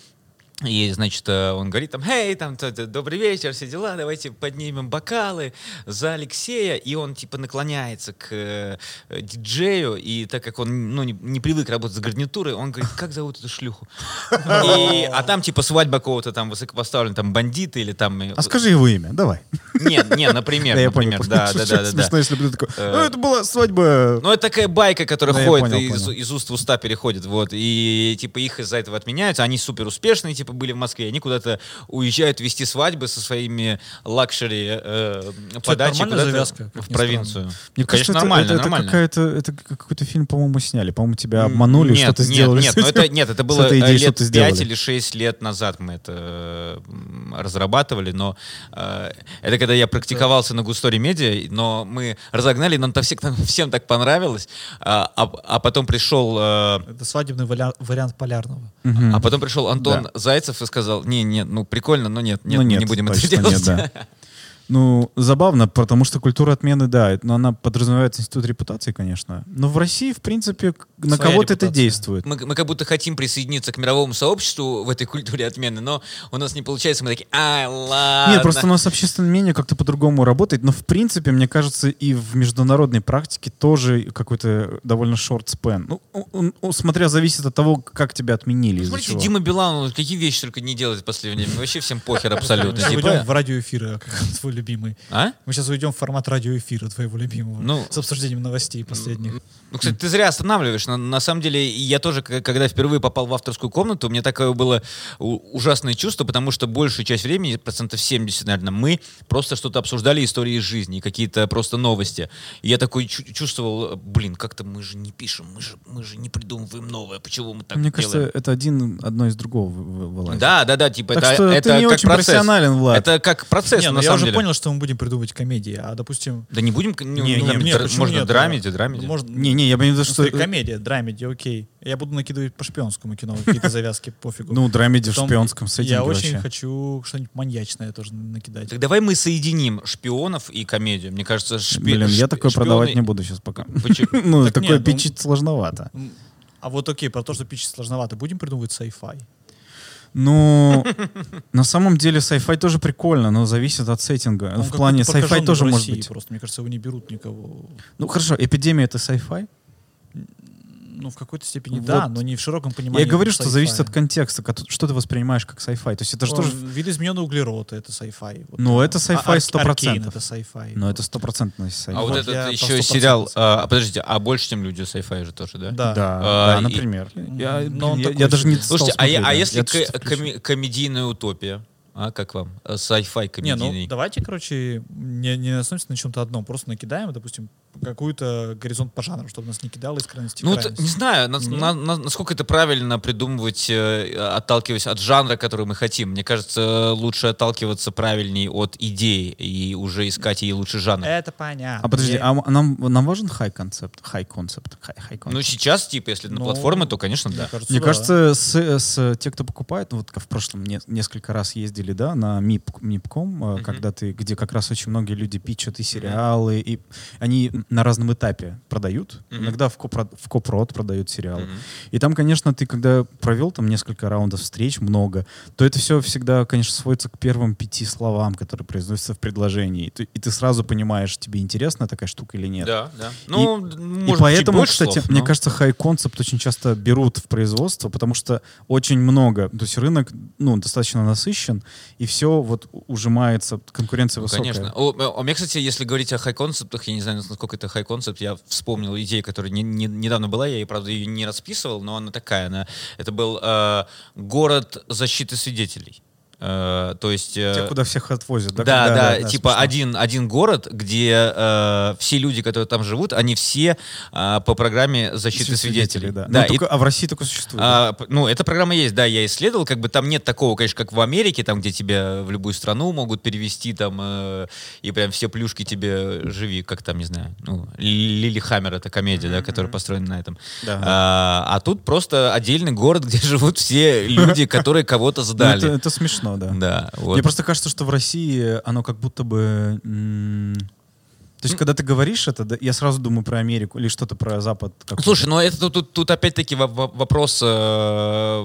И, значит, э, он говорит там, «Эй, там, т- т- добрый вечер, все дела, давайте поднимем бокалы за Алексея». И он, типа, наклоняется к э, э, диджею, и так как он, ну, не, не привык работать с гарнитурой, он говорит, «Как зовут эту шлюху?» И- А там, типа, свадьба какого-то там высокопоставленного там бандита или там... э,
А скажи его имя, давай.
Нет, не, например,
Да, я понял.
например,
просто
да, да, да, да, да.
Смешно, если бы ты такой,
Э,
ну, это была свадьба...
Ну, это такая байка, которая
Да, Э, я
ходит
понял,
из,
понял.
из уст в уста переходит, вот, и, типа, их из-за этого отменяются, они супер успешные, типа, были в Москве, они куда-то уезжают вести свадьбы со своими лакшери э, подачи
нормальная
куда-то
завязка, как ни
в
странно.
провинцию. Ну,
Мне
Конечно,
кажется, это-
нормально,
это, это
нормально.
какая-то, это как- какой-то фильм, по-моему, сняли. По-моему, тебя обманули,
нет,
что-то
нет,
сделали.
Нет,
с
но
этим.
это, нет, это
С
было
этой идеей
э, лет
что-то
5
сделали.
или 6 лет назад мы это э, м, разрабатывали, но э, это когда я практиковался на Густори Медиа, но мы разогнали, нам, там всех- нам всем так понравилось, а, а- а потом пришел... э,
Это свадебный валя- вариант полярного.
Мгм.
А потом пришел Антон Зайцев и сказал, не, не, ну прикольно, но нет, нет,
Ну,
мы
нет,
не будем это
точно
делать.
нет, да. Ну, забавно, потому что культура отмены, да, это- но она подразумевает институт репутации, конечно. Но в России, в принципе, к- на
Своя
кого-то это
репутация.
действует.
Мы, мы как будто хотим присоединиться к мировому сообществу в этой культуре отмены, но у нас не получается, мы такие, а, ладно.
Нет, просто у нас общественное мнение как-то по-другому работает, но в принципе, мне кажется, и в международной практике тоже какой-то довольно short span. Ну, он- он- он, смотря зависит от того, как тебя отменили.
Ну,
из-за
Смотрите,
чего.
Дима Билан, он какие вещи только не делает в последнее время. Вообще всем похер абсолютно.
Мы
Типа,
уйдем в радиоэфиры, а как твой любимый.
а?
Мы сейчас уйдем в формат радиоэфира твоего любимого.
Ну.
с обсуждением новостей последних.
Ну, кстати, ты зря останавливаешь. На, на самом деле, я тоже, к- когда впервые попал в авторскую комнату, мне такое было у- ужасное чувство, потому что большую часть времени, процентов 70, наверное, мы просто что-то обсуждали истории из жизни, какие-то просто новости. И я такой чу- чувствовал, блин, как-то мы же не пишем, мы же, мы же не придумываем новое, почему мы так
Ну, Мне
делаем?
кажется, это один, одно из другого вы- вы- вылазит.
да, да, да, типа,
Так
это,
что
это
ты не
как
очень
процесс.
профессионален, Влад.
Это как процесс,
Не, ну
на
я
самом
уже
деле.
понял, что мы будем придумывать комедии, а допустим...
Да не будем, к- ну,
Не,
ну,
не,
др-
нет,
почему
можно
нет? Ну,
драмеди, драмеди.
Можно...
Не-не, я бы не за
Ну,
что... э,
стой, комедия, драмеди, окей. Я буду накидывать по шпионскому кино какие-то завязки, пофигу.
Ну, драмеди в
Потом
шпионском сеттинге
Я очень
вообще.
хочу что-нибудь маньячное тоже накидать.
Так давай мы соединим шпионов и комедию. Мне кажется, шпи-
Блин, я
шп-
такое
шпионы-
продавать не буду сейчас пока.
Почему?
Ну,
Так
такое
нет, ну-
печить сложновато.
М, А вот окей, про то, что пичить сложновато, будем придумывать sci-fi?
Ну, на самом деле, sci-fi тоже прикольно, но зависит от сеттинга.
Он
Ну, в
какой-то
плане
прокаженный
sci-fi тоже
в
может
России
быть.
Просто, мне кажется, его не берут никого.
Ну, хорошо, эпидемия — это sci-fi?
Ну, в какой-то степени
Вот.
да, но не в широком
Я
понимании.
и говорю, что
sci-fi.
зависит от контекста, кот- что ты воспринимаешь как sci-fi. То есть это же
О,
тоже...
Видоизмененный углерод — это sci-fi. Вот.
Ну, это
А-
sci-fi
Арк-
сто
Аркейн —
процентов.
это sci-fi.
Но это стопроцентно sci-fi.
А вот
Вот
этот
я по
еще
100%
сериал...
согласен.
а, подождите, а больше, чем люди sci-fi же тоже, да?
Да,
Да.
А,
да,
и-
например. Я,
Но
блин,
он
я-
такой
я даже не
себе.
стал
Слушайте, а, я-
смотреть,
а
да.
если
Я
к-
чисто включу.
коме- комедийная утопия? А как вам? Э, Sci-fi
Не, ну
комедийный.
давайте, короче, не, не остановимся на чем-то одном. Просто накидаем, допустим, какую-то горизонт по жанру, чтобы нас не кидало из крайности
Ну,
в
вот
крайность.
не знаю, на- на- на- насколько это правильно придумывать, э, отталкиваясь от жанра, который мы хотим. Мне кажется, лучше отталкиваться правильней от идеи и уже искать ей лучше жанр.
Это понятно.
А подожди,
Я-
а м- нам, нам важен хай-концепт? Хай-концепт? Хай-концепт?
Ну, сейчас, типа, если на
Ну,
платформы, то, конечно,
мне
да.
кажется,
Мне
да.
кажется, с, с- те, кто покупает, ну, вот в прошлом не- несколько раз ездили, да, на MIP, MIPCom, э,
Мгм.
когда ты, где как раз очень многие люди пичат и сериалы, и они на разном этапе продают.
Мгм.
Иногда в, копро- в копрод продают сериалы.
Мгм.
И там, конечно, ты когда провел там несколько раундов встреч, много, то это все всегда, конечно, сводится к первым пяти словам, которые произносятся в предложении. И ты, и ты сразу понимаешь, тебе интересна такая штука или нет.
Да, да. Ну,
И
может,
поэтому,
чуть больше
кстати,
слов,
мне
но-
кажется, хай-концепт очень часто берут в производство, потому что очень много, то есть рынок, ну, достаточно насыщен, и все вот у- ужимается, конкуренция
Ну,
высокая.
Конечно. О, м- о, мне, кстати, если говорить о хай-концептах, я не знаю, насколько это хай-концепт, я вспомнил идею, которая не- не- недавно была, я ее, правда, ее не расписывал, но она такая. Она, это был э, город защиты свидетелей. Э, то есть... э,
Те, куда всех отвозят.
да,
Да,
да,
Когда-
типа
смешно.
один, один город, где э, все люди, которые там живут, они все э, по программе защиты свидетелей.
да.
Да,
Ну,
и
только- а в России такое существует.
а, п- ну, эта программа есть, да, я исследовал, как бы там нет такого, конечно, как в Америке, там, где тебя в любую страну могут перевести, там, э, и прям все плюшки тебе живи, как там, не знаю, ну, Лили Хаммер, это комедия, да, которая построена на этом.
Да.
А, а тут просто отдельный город, где живут все люди, которые кого-то
Ну, это,
сдали.
это смешно, да.
Да, вот.
Мне просто кажется, что в России оно как будто бы... м, То есть, когда ты говоришь это, да, я сразу думаю про Америку или что-то про Запад. какой-то.
Слушай, ну это тут, тут- тут опять-таки во- во- вопрос э,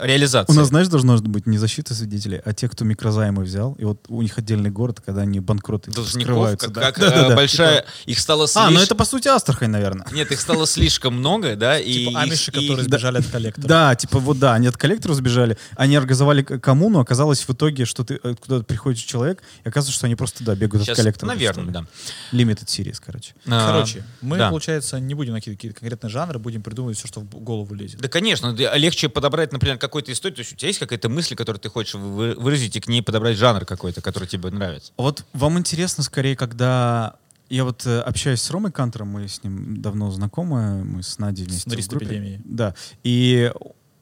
реализации.
У нас, знаешь, должно быть не защита свидетелей, а те, кто микрозаймы взял. И вот у них отдельный город, когда они банкроты типа,
должников,
скрываются.
как,
да.
как,
Да, да,
э,
да.
большая... Их стало
А, ну
слиш-
это по сути Астрахань, наверное.
Нет, их стало слишком много, да, и...
Типа
их-
амиши,
и-
которые сбежали от коллектора.
Да, типа вот да, они от коллектора сбежали, они организовали к- коммуну, оказалось в итоге, что ты э, куда-то приходит человек, и оказывается, что они просто, да, бегают
Сейчас,
от коллектора.
наверное, да.
Limited series, короче.
А,
Короче, мы,
да.
получается, не будем накидывать какие-то конкретные жанры, будем придумывать все, что в голову лезет.
Да, конечно, да, легче подобрать, например, какую-то историю. То есть у тебя есть какая-то мысль, которую ты хочешь вы- выразить, и к ней подобрать жанр какой-то, который тебе нравится.
Вот вам интересно скорее, когда я вот э, общаюсь с Ромой Кантером, мы с ним давно знакомы, мы с Надей вместе в
Сценарист
группе.
эпидемии.
Да. И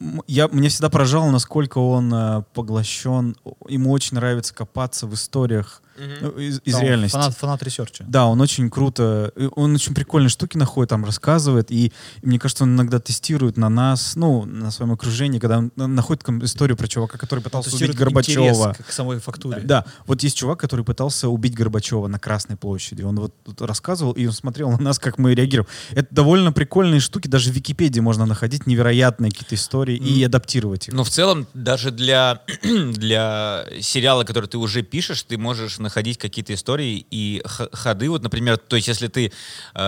м, я, мне всегда поражало, насколько он э, поглощен, ему очень нравится копаться в историях ну, из, из
Там
реальности.
Фанат, фанат ресерча.
Да, он очень круто, и он очень прикольные штуки находит, там рассказывает, и мне кажется, он иногда тестирует на нас, ну, на своем окружении, когда он на- находит ком- историю про чувака, который пытался убить
Тестирует
Горбачева.
интерес к- к самой фактуре.
Да, вот есть чувак, который пытался убить Горбачева на Красной площади. Он вот тут рассказывал, и он смотрел на нас, как мы реагируем. Это довольно прикольные штуки, даже в Википедии можно находить невероятные какие-то истории и адаптировать их.
Но Ну, в целом, даже для, для сериала, который ты уже пишешь, ты можешь находить какие-то истории и х- ходы. Вот, например, то есть, если ты э,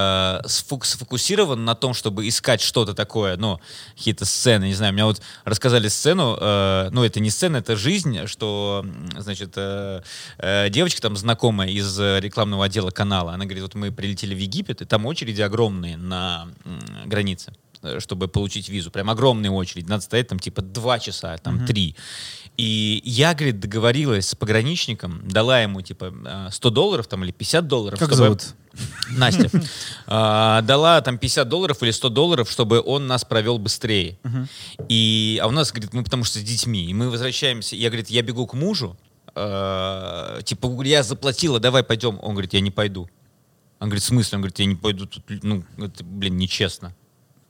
сфу- сфокусирован на том, чтобы искать что-то такое, ну, какие-то сцены, не знаю, меня вот рассказали сцену, э, ну, это не сцена, это жизнь, что, м, значит, э, э, девочка там знакомая из э, рекламного отдела канала, она говорит, вот мы прилетели в Египет, и там очереди огромные на м, границе э, чтобы получить визу. Прям огромная очередь. Надо стоять там типа два часа, там три. И я, говорит, договорилась с пограничником, дала ему типа э, 100 долларов там или 50 долларов.
Как
чтобы-
зовут?
Настя. А, Дала там 50 долларов или 100 долларов, чтобы он нас провел быстрее. И, а у нас, говорит, мы потому что с детьми. И мы возвращаемся. Я, говорит, я бегу к мужу. э, Типа, говорю, я заплатила, давай пойдем. Он говорит, я не пойду. Он говорит, в смысле? Он говорит, я не пойду. Тут, ну, это, блин, нечестно.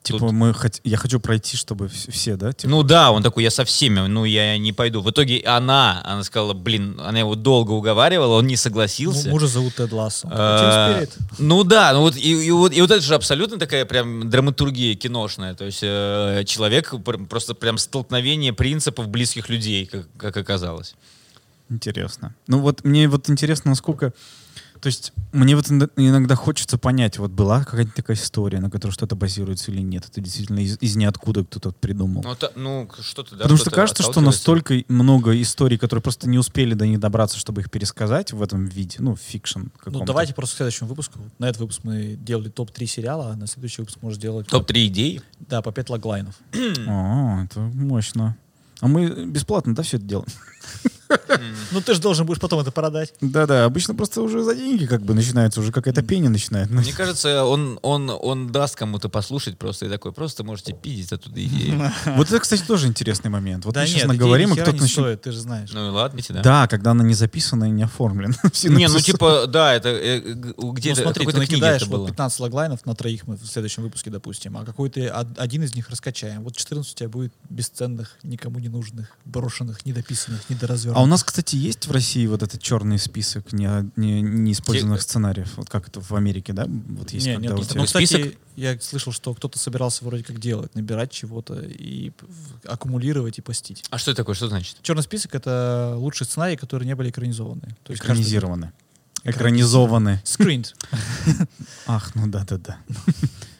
Типа,
Тут-
мы хот- я хочу пройти, чтобы вс- все, да? типа?
ну да, он такой, я со всеми, ну я не пойду. В итоге она, она сказала, блин, она его долго уговаривала, он не согласился.
Ну,
М- Мужа зовут Тед Лассо.
А,
Team
Э,
Spirit.
Ну да, ну вот и, и вот и вот это же абсолютно такая прям драматургия киношная, то есть э, человек пр- просто прям столкновение принципов близких людей, как, как оказалось.
Интересно. Ну вот мне вот интересно, насколько... То есть мне вот ин- иногда хочется понять, вот была какая-то такая история, на которой что-то базируется или нет. Это действительно из, из ниоткуда кто-то придумал.
Ну, та- ну что-то да,
Потому что
что-то
кажется, что
отталкивается.
настолько много историй, которые просто не успели до них добраться, чтобы их пересказать в этом виде, ну, фикшн каком-то.
Ну, давайте просто к следующему выпуску. На этот выпуск мы делали топ-3 сериала, а на следующий выпуск можно сделать...
топ 3 идей.
Да, по 5 логлайнов.
О, А, это мощно. А мы бесплатно, да, все это делаем?
Ну, ты же должен будешь потом это продать.
Да-да, обычно просто уже за деньги как бы начинается, уже какая-то пени начинает.
Мне кажется, он он он даст кому-то послушать просто и такой просто можете пиздить оттуда идеи.
Вот это, кстати, тоже интересный момент. Вот
да
мы сейчас
идея
наговорим,
ни
и
хера
кто-то
не
начнет
стоит, ты же знаешь.
Ну и ладно, тебе, да.
Да, когда она не записана и не оформлена.
Не, ну типа, да, это э, г-
Ну,
где-то в
смотри, ты
какой-то книге
накидаешь
это
вот
было.
15 логлайнов на троих мы в следующем выпуске, допустим, а какой-то од- один из них раскачаем. Вот 14 у тебя будет бесценных, никому не нужных, брошенных, недописанных, недоразвернутых.
А у нас, кстати, есть в России вот этот черный список не- не- неиспользованных сценариев? Вот как это в Америке, да? Вот есть
Не,
когда
нет,
у
ну,
тебя-
ну,
Список?
кстати, я слышал, что кто-то собирался вроде как делать, набирать чего-то и п- в- аккумулировать и постить.
А что это такое? Что это значит?
Черный список — это лучшие сценарии, которые не были экранизованы. То есть каждый-
экранизированы. Экранизованы.
Screened.
Ах, ну да, да, да.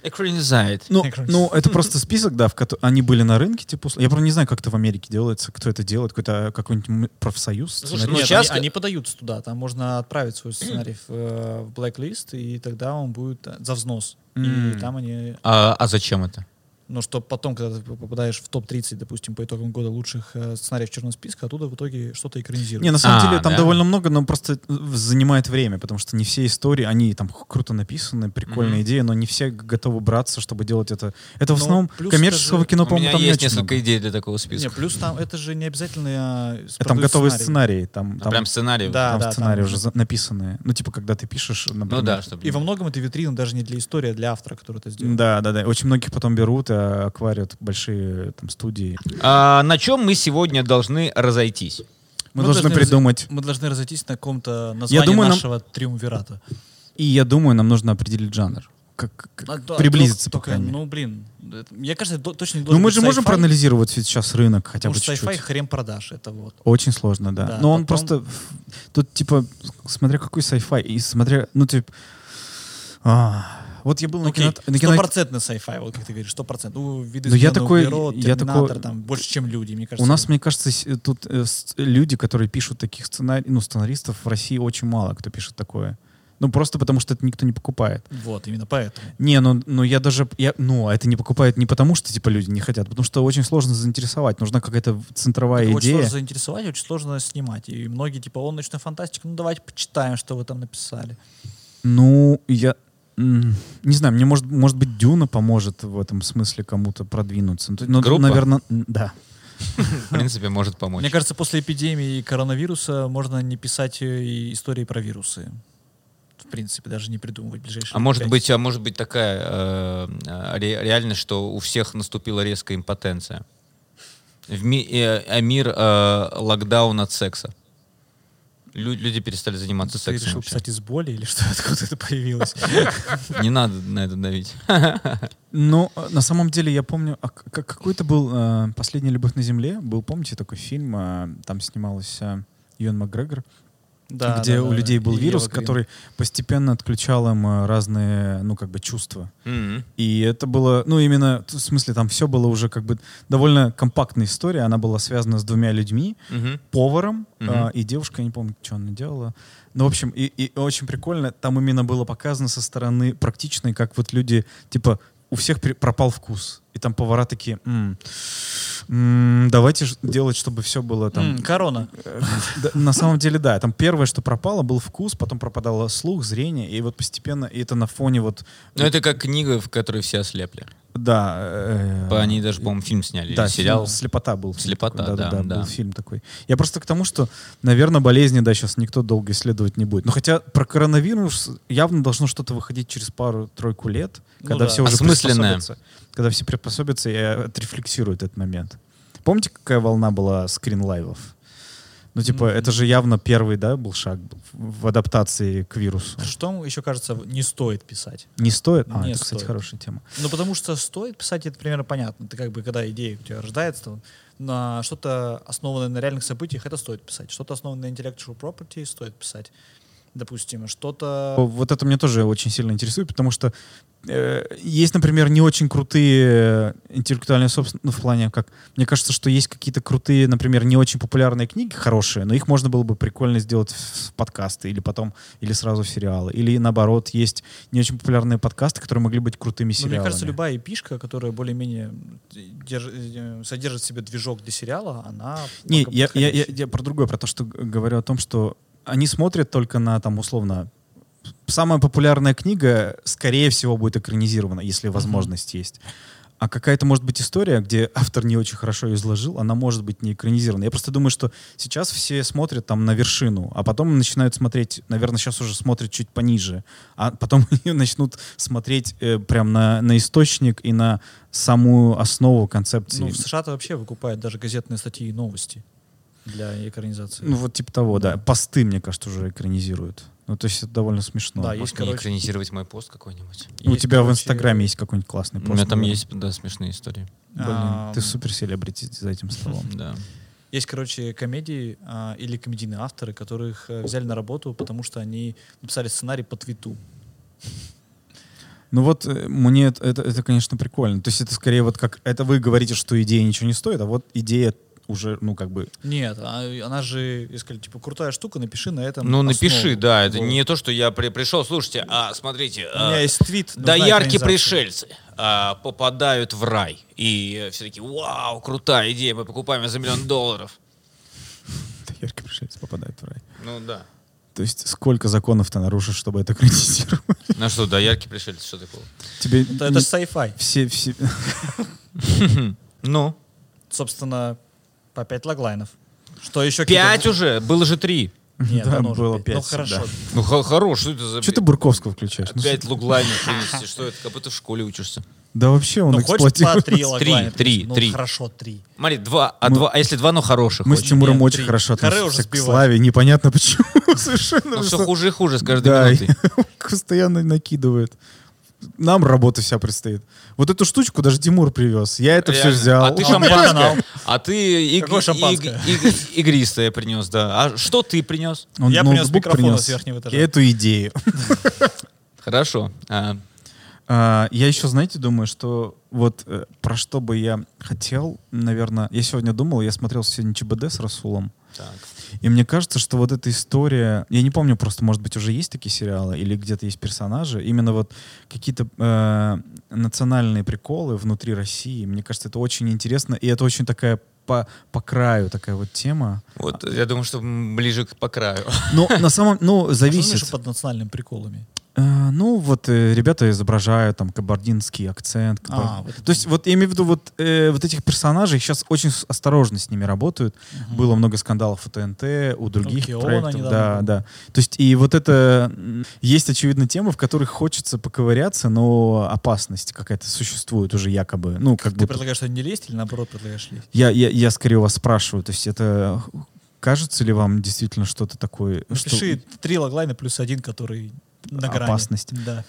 Экранизает.
Ну,
Экранизованы.
ну, это просто список, да, в котором они были на рынке, типа. условно. Я просто не знаю, как это в Америке делается, кто это делает, какой-то какой-нибудь м- профсоюз.
Слушай,
сценарий-
ну,
Нет,
сейчас-
они, они подаются туда, там можно отправить свой сценарий в, э, в blacklist, и тогда он будет э, за взнос.
М.
И там они,
А, а зачем это?
ну что потом, когда ты попадаешь в топ-30, допустим, по итогам года лучших э, сценариев черного списка, оттуда в итоге что-то экранизируют.
Не, на самом
А,
деле там
да.
довольно много, но просто э, в- занимает время, потому что не все истории, они там х- круто написаны, прикольные
Мгм.
идеи, но не все г- готовы браться, чтобы делать это. Это в
Ну,
основном
плюс
коммерческого
даже-
кино,
У меня
Ну, по-моему, там не
есть
очень
несколько
много.
идей для такого
Не,
списка.
плюс там это же не обязательно... э,
Э, Там готовые
сценарий.
сценарии, там,
Там
там,
А прям сценарий.
Да.
там сценарии
там
уже
уже.
за- написанные. Ну, типа, когда ты пишешь,
Ну
например.
да, чтобы...
И во многом это витрина даже не для истории, а для автора, который это сделал.
Да, да, да. Очень многих потом берут, а, аквариат, большие там студии.
А, на чем мы сегодня должны разойтись?
Ну,
Мы, должны
раз-
придумать.
Мы должны разойтись на каком-то названии
думаю, нам-
нашего триумвирата.
И я думаю, нам нужно определить жанр. как, как
А, да,
приблизиться,
только-
по крайней
только,
мере.
Ну, блин, это- мне кажется, это точно не
Ну,
должен
мы
быть
же можем
sci-fi,
проанализировать ведь сейчас рынок хотя
потому
бы
что sci-fi
чуть-чуть.
хрен продаж, это вот.
Очень сложно, да.
Да,
Но он
потом-
просто... ф- Тут, типа, с- смотря какой sci-fi, и смотря... Ну, типа... а, Вот я был на
Ну, Окей,
кино... на кино-
стопроцентный sci-fi, вот как ты говоришь, стопроцентный. Ну, виды
Но я
«Изгнанного
такой-
Перо»,
я такой-
«Терминатор», там, больше, чем люди, мне кажется.
У нас, мне кажется, с- тут э, с- люди, которые пишут таких сценарий, ну, сценаристов в России очень мало, кто пишет такое. Ну, просто потому что это никто не покупает.
Вот, именно поэтому.
Не, ну, ну я даже... Я, ну, а это не покупают не потому, что, типа, люди не хотят, потому что очень сложно заинтересовать. Нужна какая-то в- центровая
Очень
идея.
сложно заинтересовать, очень сложно снимать. И многие, типа, он научная фантастика, ну давайте почитаем, что вы там написали.
Ну, я... м, Не знаю, мне, может, может быть, Дюна поможет в этом смысле кому-то продвинуться. Ну, то- ну,
Группа?
наверное, м, да.
В принципе, может помочь.
Мне кажется, после эпидемии коронавируса можно не писать э, и истории про вирусы. В принципе, даже не придумывать ближайшие.
А может
пять.
быть, а может быть такая э, э, ре- реальность, что у всех наступила резкая импотенция. В ми- э, а мир э, локдаун от секса. Лю- люди перестали заниматься
ты
сексом.
решил
вообще.
писать из боли или что, откуда это появилось?
Не надо на это давить.
Ну, э, на самом деле, я помню, а к- как- какой-то был э, «Последняя любовь на земле». Был, помните, такой фильм, э, там снималась э, Юэн Макгрегор,
Да,
где
да,
у
да,
людей
да.
был
И
вирус,
Ева Грин.
который постепенно отключал им э, разные, ну, как бы, чувства.
Мгм.
И это было, ну, именно, т- в смысле, там все было уже как бы довольно компактная история. Она была связана с двумя людьми,
Мгм.
поваром
Мгм.
а, и девушка, я не помню, что она делала. Ну, в общем, и, и очень прикольно, там именно было показано со стороны практичной, как вот люди, типа, у всех при- пропал вкус. И там повара такие, «М, м, давайте ж делать, чтобы все было там...
М, Корона.
Э, да, На самом деле, да, там первое, что пропало, был вкус, потом пропадало слух, зрение, и вот постепенно, и это на фоне вот...
Ну, это как книга, в которой все ослепли.
Да. э,
А.
По ней даже, по-моему, фильм сняли.
Да,
или сериал.
фильм «Слепота» был. фильм
«Слепота»,
такой,
да, да.
был фильм такой. Я просто к тому, что, наверное, болезни, да, сейчас никто долго исследовать не будет. Но хотя про коронавирус явно должно что-то выходить через пару-тройку лет,
Ну
когда
да.
все уже
Осмысленное.
приспособятся. Когда все приспособятся и отрефлексируют этот момент. Помните, какая волна была скринлайвов? Ну, типа,
Мгм.
это же явно первый, да, был шаг был в в адаптации к вирусу.
А Что еще кажется, не стоит писать.
Не стоит? А,
Не
это, кстати,
стоит.
хорошая тема.
Ну, потому что стоит писать, это примерно понятно. Ты как бы, когда идея у тебя рождается, то на что-то основанное на реальных событиях, это стоит писать. Что-то основанное на intellectual property стоит писать. Допустим, что-то... ну,
Вот это меня тоже очень сильно интересует, потому что э, есть, например, не очень крутые э, интеллектуальные собственности, ну, в плане как... Мне кажется, что есть какие-то крутые, например, не очень популярные книги, хорошие, но их можно было бы прикольно сделать в в подкасты или потом, или сразу в сериалы. Или, наоборот, есть не очень популярные подкасты, которые могли быть крутыми
Ну,
сериалами.
мне кажется, любая эпишка, которая более-менее держ- э, содержит в себе движок для сериала, она...
Не,
пока
я, я, я,
подходящая.
я про другое, про то, что г- говорю о том, что они смотрят только на, там, условно, самая популярная книга, скорее всего, будет экранизирована, если возможность есть. А какая-то, может быть, история, где автор не очень хорошо ее изложил, она может быть не экранизирована. Я просто думаю, что сейчас все смотрят там на вершину, а потом начинают смотреть, наверное, сейчас уже смотрят чуть пониже, а потом они начнут смотреть э, прям на, на источник и на самую основу концепции.
Ну, в США-то вообще выкупают даже газетные статьи и новости для экранизации.
Ну, вот типа того, да. Посты, мне кажется, уже экранизируют. Ну, то есть это довольно смешно. Ну,
Да,
Может,
есть,
мне
короче-
экранизировать мой пост какой-нибудь?
У
Есть,
тебя в
короче,
Инстаграме есть какой-нибудь классный пост?
У меня там
наверное?
есть, да, смешные истории.
Блин,
Ам.
ты супер селебрити за этим столом.
Да.
Есть, короче, комедии а, или комедийные авторы, которых э, взяли на работу, потому что они написали сценарий по твиту.
Ну вот э, мне это, это, это, конечно, прикольно. То есть это скорее вот как... Это вы говорите, что идея ничего не стоит, а вот идея уже, ну, как бы...
Нет, а, она же, я сказал, типа, крутая штука, напиши на этом.
Ну,
основу.
напиши, да. Это
Вот.
не то, что я при- пришел, слушайте, а, смотрите.
У меня
а,
есть твит. нужна
Доярки
экранизация.
пришельцы а, попадают в рай. И э, все таки вау, крутая идея, мы покупаем её за миллион долларов.
Да, Яркий пришелец попадает в рай.
Ну да.
То есть сколько законов ты нарушишь, чтобы это экранизировать? Ну,
На что, доярки пришельцы, что такое?
Тебе
Это,
не-
это же sci-fi.
все, все...
Ну,
Собственно, по пять лаглайнов. Что еще?
пять
какие-то-
уже, было же три.
Нет,
Да,
оно уже
было
Ну,
пять,
хорошо.
Ну, хо- хорош, что это за...
Что ты Бурковского включаешь? Ну,
Опять луглайнер принести, что это, как будто в школе учишься.
Да вообще он
Ну, хочешь по
эксплуатирует.
три лаглайна?
три,
ну,
три.
хорошо, три.
Смотри, два, а, два, а если два, но хороших? Ну,
Мы с
очень?
Тимуром
Нет,
очень
три.
хорошо
Хоры уже
относимся к
сбивают.
Славе. Непонятно почему. Совершенно.
Ну,
потому
все
что-
хуже и хуже с каждой
Да,
минутой.
и постоянно накидывает. нам работа вся предстоит. Вот эту штучку даже Тимур привез. Я это все
Реально.
взял. Ну,
А ты
Он такой,
шампанское. А ты иг-
Какое
иг-
шампанское?
иг- игристое принес, да. А что ты принес?
Он
Я принес
ноутбук
микрофон
принес
с верхнего этажа.
И эту идею.
Хорошо. А,
А, Я еще, знаете, думаю, что вот э, про что бы я хотел, наверное, я сегодня думал, я смотрел сегодня ЧБД с Расулом,
так.
и мне кажется, что вот эта история, я не помню просто, может быть, уже есть такие сериалы или где-то есть персонажи, именно вот какие-то э, национальные приколы внутри России, мне кажется, это очень интересно, и это очень такая по, по краю такая вот тема.
Вот, я думаю, что м, ближе к по краю.
Но на самом, ну, зависит.
под национальными приколами.
Э, Ну, вот э, ребята изображают там кабардинский акцент. кабар-
А, вот это
То есть, вот я имею в виду, вот, э, вот этих персонажей сейчас очень с- осторожно с ними работают.
Мгм.
Было много скандалов у ТНТ, у других
Кеона
проектов.
недавно
Да,
был.
да. То есть, и вот это м, есть, очевидно, темы, в которых хочется поковыряться, но опасность какая-то существует уже якобы. Ну, как
Ты
будто...
предлагаешь что не лезть или наоборот предлагаешь лезть?
Я, я, я скорее вас спрашиваю, то есть это кажется ли вам действительно что-то такое? что-
Напиши три логлайна плюс один, который на грани.
Опасность.
Да.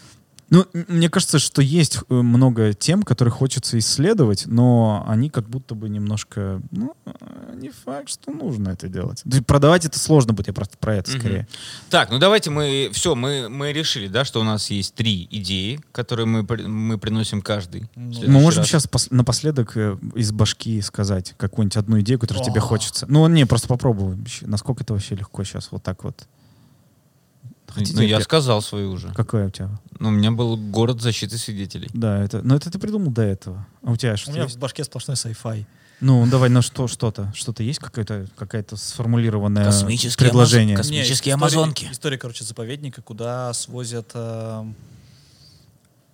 Ну, м- мне кажется, что есть э, много тем, которые хочется исследовать, но они как будто бы немножко, ну, э, не факт, что нужно это делать. Да и Продавать это сложно будет, я просто про это
Мгм.
скорее.
Так, ну давайте мы... Все, мы, мы решили, да, что у нас есть три идеи, которые мы, при- мы приносим каждый. в
Ну,
следующий
Мы можем
раз.
сейчас пос- напоследок э, из башки сказать какую-нибудь одну идею, которая тебе
О.
хочется. Ну, не, просто попробуй. Щ- Насколько это вообще легко сейчас вот так вот. Хотите,
Ну, я
пе-
сказал свою уже.
Какая у тебя?
Ну, у меня был город защиты свидетелей.
Да, это... Но это ты придумал до этого. А у тебя
У
что
меня
есть?
в башке сплошной sci-fi.
Ну, давай, на что, что-то? Что-то есть какое-то, какая-то сформулированное
Космический
предложение?
Амазон- косми-
Не,
Космические
история-
амазонки.
История, короче, заповедника, куда свозят эм,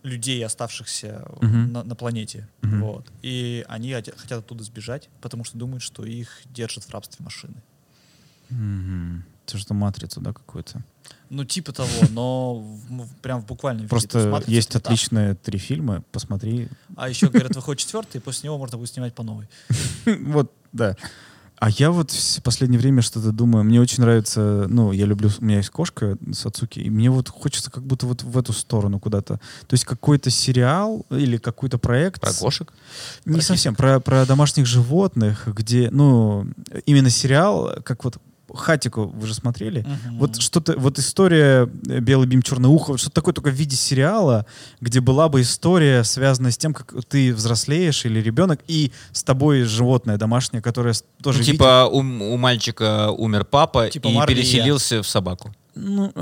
людей, оставшихся
Мгм.
на, на планете.
Мгм.
Вот. И они оте- хотят оттуда сбежать, потому что думают, что их держат в рабстве машины.
Мгм. Это что, матрицу, да, какую-то?
Ну, типа того, но в- м- в- прям в буквальном виде. То есть
Просто
«Матрица»
есть
это так.
отличные три фильма, посмотри.
А еще, говорят, выходит четвертый, и после него можно будет снимать по новой.
Вот, да. А я вот в последнее время что-то думаю. Мне очень нравится, ну, я люблю, у меня есть кошка Сацуки, и мне вот хочется как будто вот в эту сторону куда-то. То есть какой-то сериал или какой-то проект.
Про
с-
кошек?
Не совсем, про, про домашних животных, где, ну, именно сериал, как вот Хатику вы же смотрели? Вот что-то, вот история э, «Белый бим, черное ухо», вот что-то такое только в виде сериала, где была бы история, связанная с тем, как ты взрослеешь или ребенок, и с тобой животное домашнее, которое с- тоже
Ну,
видит-
типа у, у мальчика умер папа
Типа
и
Марли и я.
переселился в собаку.
Ну,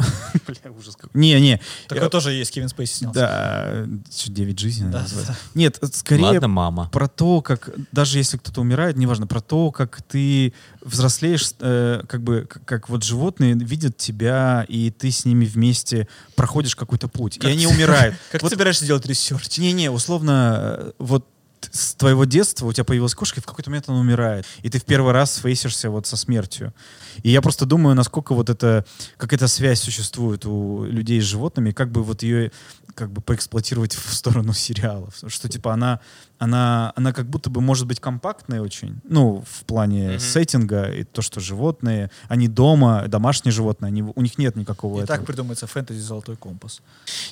бля, ужас какой. Не-не.
Такое тоже есть, Кевин Спейси снялся.
Да, чё, девять жизней,
Да,
наверное,
да,
называется.
да.
Нет, э, скорее
Ладно, мама.
про то, как даже если кто-то умирает, неважно, про то, как ты взрослеешь, э, как бы как, как вот животные видят тебя, и ты с ними вместе проходишь какой-то путь,
Как
и они
ты-
умирают.
Как ты
Вот-
собираешься делать ресерч?
Не-не, условно, э, вот с твоего детства у тебя появилась кошка, и в какой-то момент она умирает. И ты в первый раз фейсишься вот со смертью. И я просто думаю, насколько вот это, как эта связь существует у людей с животными, и как бы вот ее как бы поэксплуатировать в сторону сериалов. Что типа она, она, она как будто бы может быть компактной очень, ну, в плане
Мгм.
сеттинга, и то, что животные, они дома, домашние животные, они, у них нет никакого
И
этого.
так придумается фэнтези «Золотой компас».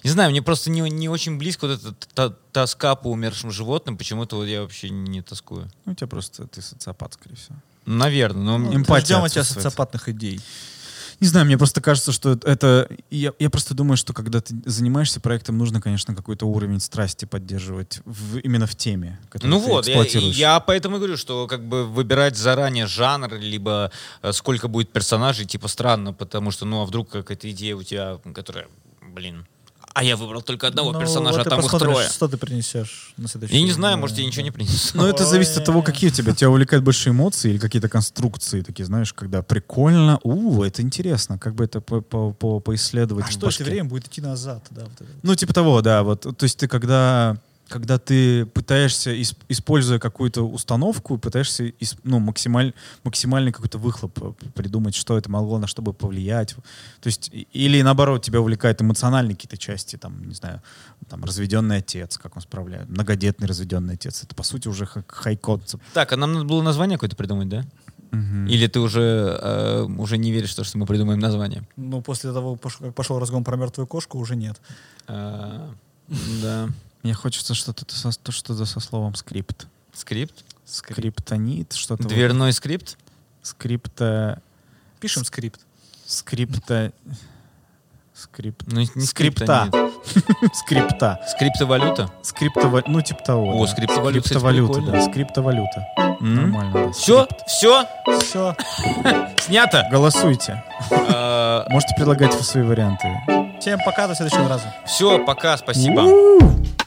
Не знаю, мне просто не, не очень близко вот эта та- тоска по умершим животным. Почему-то вот я вообще не тоскую.
Ну, У тебя просто ты социопат, скорее всего.
Наверное, но мне-
эмпатия
Ждем Ну, от тебя
отсутствует.
социопатных идей.
Не знаю, мне просто кажется, что это... Я, я просто думаю, что когда ты занимаешься проектом, нужно, конечно, какой-то уровень страсти поддерживать в- именно в теме, которую
Ну
ты
вот, я,
эксплуатируешь.
я поэтому и говорю, что как бы выбирать заранее жанр, либо э, сколько будет персонажей, типа странно, потому что, ну а вдруг какая-то идея у тебя, которая, блин, а я выбрал только одного
Ну,
персонажа,
вот
а
ты
там их
посмотришь,
трое.
Что ты принесешь на следующий
Я не знаю,
день,
может, я
да.
ничего не принесу.
Но это зависит от того,
Ой.
какие у тебя. Тебя увлекают больше эмоции или какие-то конструкции такие, знаешь, когда прикольно, у, это интересно, как бы это по- по- по- поисследовать
А
в
что, если
башке.
время будет идти назад? Да, вот это вот.
Ну, типа того, да. Вот. То есть ты когда, когда ты пытаешься, ис- используя какую-то установку, пытаешься ис- ну, максималь, максимальный какой-то выхлоп э, придумать, что это могло на что бы повлиять. То есть, и- или наоборот, тебя увлекают эмоциональные какие-то части, там, не знаю, там, разведенный отец, как он справляет, многодетный разведенный отец. Это, по сути, уже ха- хай-концепт.
Так, а нам надо было название какое-то придумать, да? Или ты уже, э, уже не веришь в то, что мы придумаем название?
Ну, после того, пош- как пошел разгон про мертвую кошку, уже нет.
Э, Да.
Мне хочется что-то со- то, что-то со словом скрипт.
Скрипт?
Скриптонит, что-то... вот.
Дверной скрипт?
Скрипто...
Пишем скрипт.
Скрипто... Скрипт...
Ну, не
Скрипта.
скрипта, нет.
Скрипта.
Скриптовалюта?
Скриптова... Ну, типа того.
О,
да.
скриптовалюта, кстати,
Скриптовалюта,
прикольно.
да. Скриптовалюта.
М.
Нормально. да.
Все, все,
Все.
снято.
Голосуйте.
Э,
Можете предлагать свои варианты.
Всем пока, до следующего раза.
Все, пока, спасибо.
У-у-у.